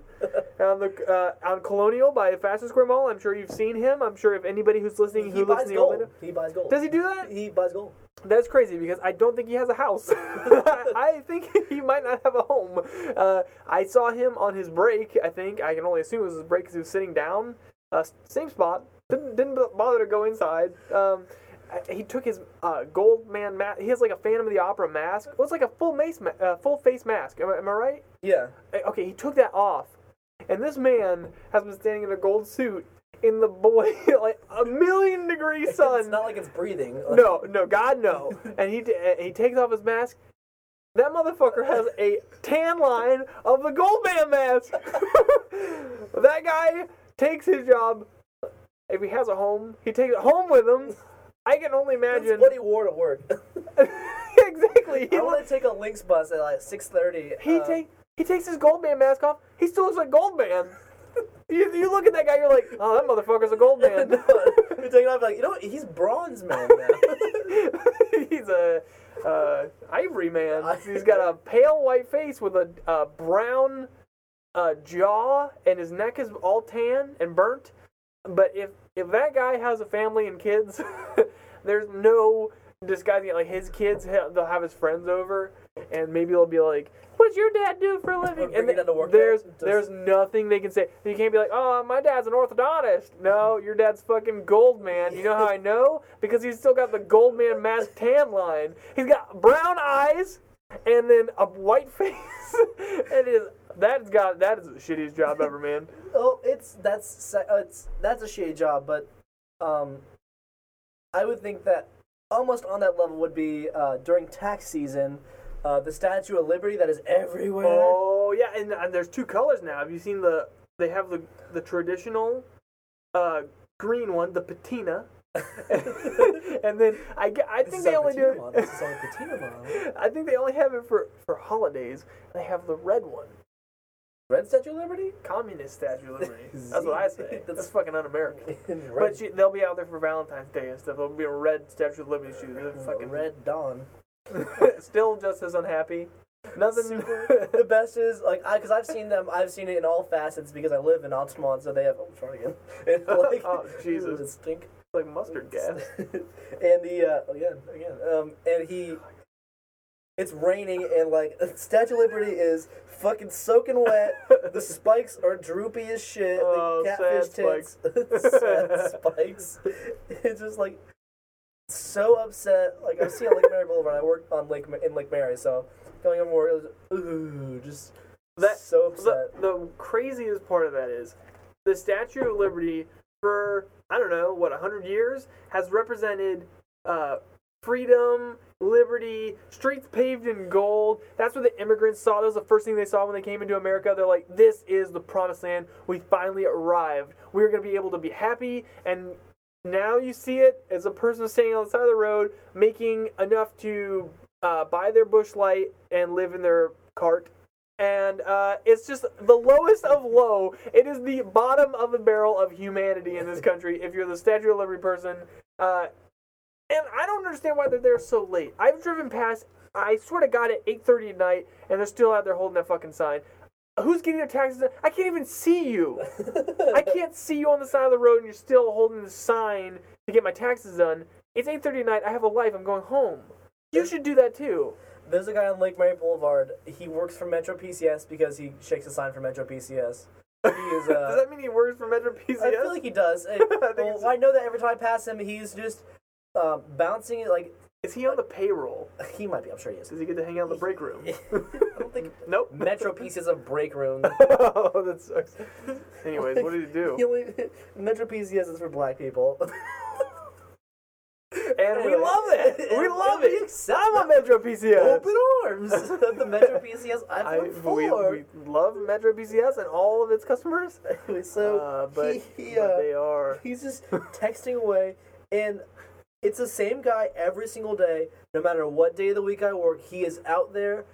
[SPEAKER 1] on the uh, on Colonial by the Fashion Square Mall. I'm sure you've seen him. I'm sure if anybody who's listening
[SPEAKER 2] He
[SPEAKER 1] who lives
[SPEAKER 2] buys
[SPEAKER 1] in the old
[SPEAKER 2] gold.
[SPEAKER 1] window.
[SPEAKER 2] He buys gold.
[SPEAKER 1] Does he do that?
[SPEAKER 2] He buys gold.
[SPEAKER 1] That's crazy because I don't think he has a house. *laughs* I think he might not have a home. Uh, I saw him on his break. I think I can only assume it was his break because he was sitting down, uh, same spot. Didn't didn't b- bother to go inside. Um, I- he took his uh, gold man mask. He has like a Phantom of the Opera mask. It was like a full mace, ma- uh, full face mask. Am I, am I right?
[SPEAKER 2] Yeah.
[SPEAKER 1] Uh, Okay, he took that off, and this man has been standing in a gold suit in the boy *laughs* like a million degree sun.
[SPEAKER 2] It's not like it's breathing. Like,
[SPEAKER 1] No, no, God, no. And he and he takes off his mask. That motherfucker has a tan line of the Goldman mask. *laughs* that guy takes his job. If he has a home, he takes it home with him. I can only imagine.
[SPEAKER 2] That's what he wore to work.
[SPEAKER 1] *laughs*
[SPEAKER 2] *laughs*
[SPEAKER 1] exactly. He,
[SPEAKER 2] I
[SPEAKER 1] look-
[SPEAKER 2] want to take a Lynx bus at like six thirty. uh,
[SPEAKER 1] he
[SPEAKER 2] *laughs*
[SPEAKER 1] take he takes his Goldman mask off. He still looks like Goldman. *laughs* you, you look at that guy, you're like, oh, that motherfucker's a Goldman.
[SPEAKER 2] you take it off, like you know, what? he's bronze
[SPEAKER 1] *laughs*
[SPEAKER 2] man now.
[SPEAKER 1] he's a uh, ivory man. He's got a pale white face with a uh, brown uh, jaw, and his neck is all tan and burnt. But if if that guy has a family and kids, *laughs* there's no disguising it. Like his kids, he- they'll have his friends over, and maybe they'll be like, "What's your dad do for a living?"
[SPEAKER 2] bring
[SPEAKER 1] And
[SPEAKER 2] it down to work
[SPEAKER 1] there's
[SPEAKER 2] day. Just-
[SPEAKER 1] there's nothing they can say. You can't be like, "Oh, my dad's an orthodontist." No, your dad's fucking gold man. You know how I know? Because he's still got the gold man mask tan line. He's got brown eyes and then a white *laughs* face. it is that's got that is the shittiest job ever, man.
[SPEAKER 2] oh, it's that's se- uh, it's that's a shitty job, but um, I would think that almost on that level would be uh, during tax season, uh, the Statue of Liberty that is everywhere.
[SPEAKER 1] Oh yeah, and, and there's two colors now. Have you seen the? They have the the traditional, uh, green one, the patina, *laughs* and then I, ge- I think
[SPEAKER 2] This is
[SPEAKER 1] they
[SPEAKER 2] on
[SPEAKER 1] only
[SPEAKER 2] Patina
[SPEAKER 1] do
[SPEAKER 2] Mall. This is on Patina Mall.
[SPEAKER 1] it. *laughs* I think they only have it for for holidays. They have the red one,
[SPEAKER 2] Red Statue of Liberty.
[SPEAKER 1] communist Statue of
[SPEAKER 2] *laughs*
[SPEAKER 1] Liberty. That's what I say.
[SPEAKER 2] That's-
[SPEAKER 1] That's fucking un-American.
[SPEAKER 2] red,
[SPEAKER 1] But you, they'll be out there for Valentine's Day and stuff. There'll be a red Statue of Liberty shoes. They're fucking
[SPEAKER 2] Red Dawn. *laughs*
[SPEAKER 1] *laughs* Still just as unhappy. Nothing. *laughs*
[SPEAKER 2] the best is like I because I've seen them. I've seen it in all facets because I live in Altamont, so they have. Oh, sorry again. *laughs*
[SPEAKER 1] *laughs*
[SPEAKER 2] And, like,
[SPEAKER 1] Oh, Jesus.
[SPEAKER 2] *laughs* it stink.
[SPEAKER 1] like mustard gas.
[SPEAKER 2] *laughs* and the uh, again, again. Um, and he. It's raining and like *laughs* Statue of Liberty is fucking soaking wet.
[SPEAKER 1] *laughs*
[SPEAKER 2] The spikes are droopy as shit.
[SPEAKER 1] Oh,
[SPEAKER 2] the
[SPEAKER 1] sad
[SPEAKER 2] catfish tits. *laughs* sad spikes. It's just like so upset. Like I see on Lake Mary Boulevard. I work on Lake Ma- in Lake Mary, so going on more. It was ooh, just
[SPEAKER 1] That-
[SPEAKER 2] so
[SPEAKER 1] the,
[SPEAKER 2] upset.
[SPEAKER 1] the craziest part of that is the Statue of Liberty for I don't know what hundred years has represented uh, freedom, liberty, streets paved in gold. That's what the immigrants saw. That was the first thing they saw when they came into America. They're like, "This is the promised land. We finally arrived. We're gonna be able to be happy." And now you see it as a person standing on the side of the road making enough to uh, buy their bush light and live in their cart and uh, it's just the lowest of low. It is the bottom of the barrel of humanity in this country. If you're the Statue of Liberty person, uh, and I don't understand why they're there so late. I've driven past. I swear to God, at 8:30 at night, and they're still out there holding that fucking sign. Who's getting their taxes? I can't even see you.
[SPEAKER 2] *laughs*
[SPEAKER 1] I can't see you on the side of the road, and you're still holding the sign to get my taxes done. It's 8:30 at night. I have a life. I'm going home. You should do that too.
[SPEAKER 2] There's a guy on Lake Mary Boulevard. He works for Metro PCS because he shakes a sign for Metro PCS.
[SPEAKER 1] *laughs*
[SPEAKER 2] He is. Uh,
[SPEAKER 1] Does that mean he works for Metro PCS?
[SPEAKER 2] I feel like
[SPEAKER 1] *laughs*
[SPEAKER 2] he does. I, well,
[SPEAKER 1] it's-
[SPEAKER 2] I know that every time I pass him, he's just uh, bouncing it. Like
[SPEAKER 1] Is he on the payroll?
[SPEAKER 2] he might be. I'm sure he is.
[SPEAKER 1] Does he get to hang out in the break *laughs* room?
[SPEAKER 2] I don't think
[SPEAKER 1] nope.
[SPEAKER 2] Metro PCS is a break room.
[SPEAKER 1] oh, *laughs* that sucks. Anyways, what did he
[SPEAKER 2] *laughs* He
[SPEAKER 1] do?
[SPEAKER 2] only, Metro PCS is for black people.
[SPEAKER 1] *laughs*
[SPEAKER 2] *laughs*
[SPEAKER 1] And we love it. *laughs* We love it. I'm a Metro PCS.
[SPEAKER 2] Open arms. *laughs* the Metro PCS
[SPEAKER 1] I,
[SPEAKER 2] iPhone
[SPEAKER 1] we,
[SPEAKER 2] 4.
[SPEAKER 1] we love Metro PCS and all of its *laughs* customers,
[SPEAKER 2] so
[SPEAKER 1] uh, but,
[SPEAKER 2] he, he,
[SPEAKER 1] but
[SPEAKER 2] uh,
[SPEAKER 1] they *laughs* are.
[SPEAKER 2] he's just texting away, and it's the same guy every single day. No matter what day of the week I work, he is out there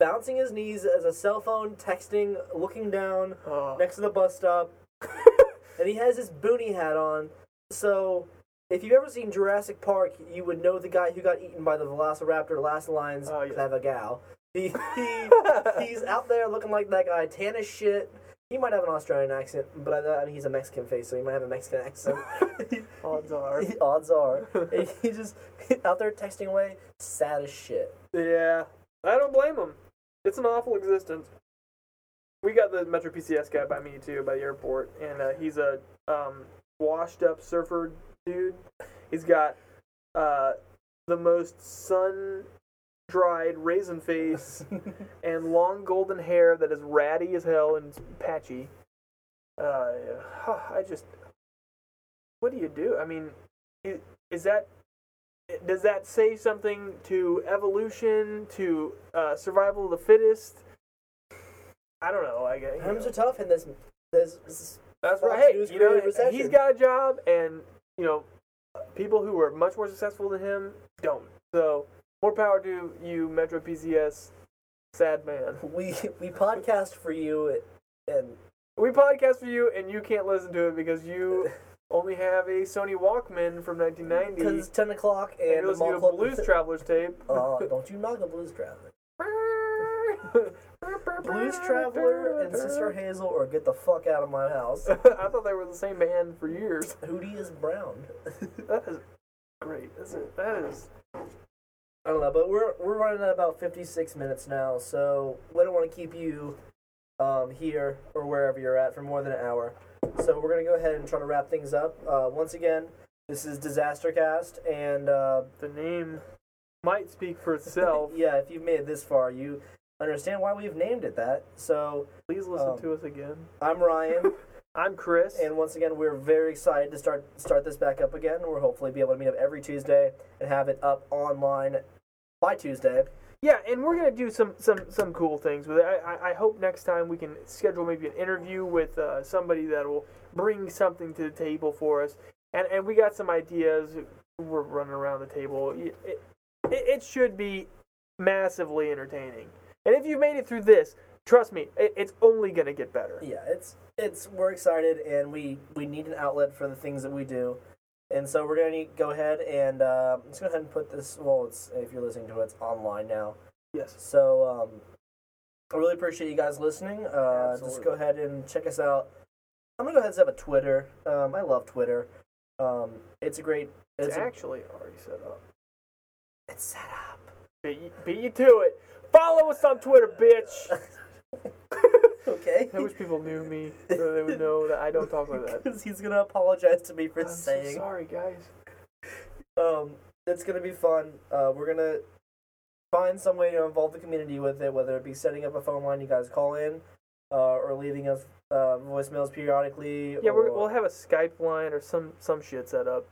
[SPEAKER 2] bouncing his knees as a cell phone, texting, looking down
[SPEAKER 1] Oh.
[SPEAKER 2] *laughs* next to the bus stop, and he has his boonie hat on. So If you've ever seen Jurassic Park, you would know the guy who got eaten by the Velociraptor last lines
[SPEAKER 1] Oh, yeah.
[SPEAKER 2] Clavagal. He,
[SPEAKER 1] *laughs*
[SPEAKER 2] he he's out there looking like that guy, tan as shit. He might have an Australian accent, but I, I mean, he's a Mexican face, so he might have a Mexican
[SPEAKER 1] *laughs*
[SPEAKER 2] accent.
[SPEAKER 1] Odds are.
[SPEAKER 2] Odds are, And he just *laughs* out there texting away, sad as shit.
[SPEAKER 1] *laughs* Yeah, I don't blame him. It's an awful existence. We got the Metro PCS guy by me too, by the airport, and uh, he's a um, washed-up surfer dude. He's got uh, the most sun-dried raisin face and long golden hair that is ratty as hell and patchy. Uh, *sighs* yeah. I just, what do you do? I mean, i- is that does that say something to evolution, to uh, survival of the fittest? I don't know. I guess you
[SPEAKER 2] Times
[SPEAKER 1] know.
[SPEAKER 2] are tough in this. This, this
[SPEAKER 1] that's
[SPEAKER 2] Fox
[SPEAKER 1] right. Hey,
[SPEAKER 2] News
[SPEAKER 1] you know,
[SPEAKER 2] created recession.
[SPEAKER 1] he's got a job, and you know, people who are much more successful than him don't. So, more power to you, Metro PCS, sad man.
[SPEAKER 2] we we podcast for you, and
[SPEAKER 1] We podcast for you, and you can't listen to it because
[SPEAKER 2] *laughs*
[SPEAKER 1] you only have a Sony Walkman from 1990.
[SPEAKER 2] because it's
[SPEAKER 1] And
[SPEAKER 2] ten o'clock and
[SPEAKER 1] you're
[SPEAKER 2] the
[SPEAKER 1] listening
[SPEAKER 2] mall
[SPEAKER 1] to a *laughs*
[SPEAKER 2] closes-
[SPEAKER 1] Blues Travelers tape.
[SPEAKER 2] *laughs* Oh, don't you knock a blues traveler. Blues Traveler and Sister Hazel or Get the Fuck Out of My
[SPEAKER 1] *laughs*
[SPEAKER 2] House.
[SPEAKER 1] I thought they were the same band for
[SPEAKER 2] *laughs*
[SPEAKER 1] years.
[SPEAKER 2] Hootie is brown.
[SPEAKER 1] That is great. That's it. That is.
[SPEAKER 2] I don't know, but we're we're running at about fifty six minutes now, so we don't want to keep you um, here or wherever you're at for more than an hour. So we're gonna go ahead and try to wrap things up. Uh, once again, this is Disastercast, and uh, oh,
[SPEAKER 1] The name might speak for
[SPEAKER 2] *laughs*
[SPEAKER 1] itself.
[SPEAKER 2] yeah, if you've made it this far, you understand why we've named it that. So
[SPEAKER 1] Please listen
[SPEAKER 2] Um,
[SPEAKER 1] to us again.
[SPEAKER 2] I'm
[SPEAKER 1] *laughs*
[SPEAKER 2] Ryan.
[SPEAKER 1] I'm Chris.
[SPEAKER 2] And once again, we're very excited to start start this back up again. We'll hopefully be able to meet up every Tuesday and have it up online by Tuesday.
[SPEAKER 1] Yeah, and we're gonna do some some some cool things with it. I, I, I hope next time we can schedule maybe an interview with uh, somebody that will bring something to the table for us. And and we got some ideas. We're running around the table. It, it, it should be massively entertaining. And if you made it through this, trust me, it, it's only gonna get better.
[SPEAKER 2] Yeah, it's it's we're excited and we we need an outlet for the things that we do, and so we're gonna need, go ahead and uh, let's go ahead and put this. Well, it's if you're listening to it, it's online now.
[SPEAKER 1] Yes.
[SPEAKER 2] So um, I really appreciate you guys listening. Uh, just go
[SPEAKER 1] Absolutely.
[SPEAKER 2] ahead and check us out. I'm gonna go ahead and set up a Twitter. Um, I love Twitter. Um, it's a great.
[SPEAKER 1] It's,
[SPEAKER 2] It's, a-
[SPEAKER 1] actually already set up.
[SPEAKER 2] it's set up.
[SPEAKER 1] Beat you, beat you to it. Follow us on Twitter, bitch.
[SPEAKER 2] Okay.
[SPEAKER 1] I
[SPEAKER 2] *laughs*
[SPEAKER 1] wish people knew me so they would know that I don't talk like that.
[SPEAKER 2] Because he's gonna apologize to me for
[SPEAKER 1] I'm so
[SPEAKER 2] saying.
[SPEAKER 1] sorry, guys.
[SPEAKER 2] um, it's gonna be fun. Uh, we're gonna find some way to involve the community with it, whether it be setting up a phone line you guys call in, uh, or leaving us uh, voicemails periodically.
[SPEAKER 1] Yeah,
[SPEAKER 2] or...
[SPEAKER 1] we're, we'll have a Skype line or some some shit set up,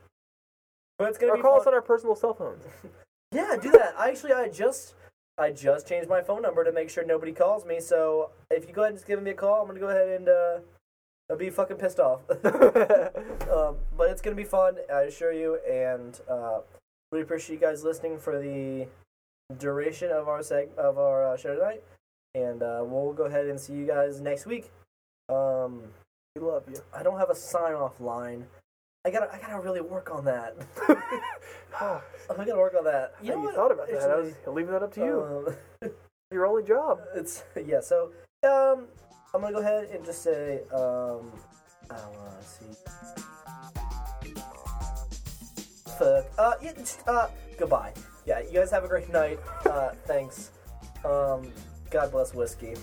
[SPEAKER 2] But it's gonna
[SPEAKER 1] or
[SPEAKER 2] be
[SPEAKER 1] call us
[SPEAKER 2] fun.
[SPEAKER 1] on our personal cell phones.
[SPEAKER 2] Yeah, do that. Actually, I just I just changed my phone number to make sure nobody calls me. So if you go ahead and just give me a call, I'm gonna go ahead and uh, I'll be fucking pissed off. *laughs* um, but it's gonna be fun, I assure you. And uh, we appreciate you guys listening for the duration of our seg of our uh, show tonight. And uh, we'll go ahead and see you guys next week. Um,
[SPEAKER 1] *laughs* We love you.
[SPEAKER 2] I don't have a sign off line. I gotta, I gotta really work on *laughs* that. *sighs*
[SPEAKER 1] How
[SPEAKER 2] I gotta work on that.
[SPEAKER 1] you,
[SPEAKER 2] know what?
[SPEAKER 1] thought about that? I was
[SPEAKER 2] Actually,
[SPEAKER 1] leaving that up to you.
[SPEAKER 2] um, *laughs*
[SPEAKER 1] Your only job.
[SPEAKER 2] It's *laughs* yeah. So um, I'm gonna go ahead and just say um, I wanna see. Fuck. Uh, yeah, just, uh, goodbye. Yeah, you guys have a great night. Uh, thanks. Um, God bless whiskey.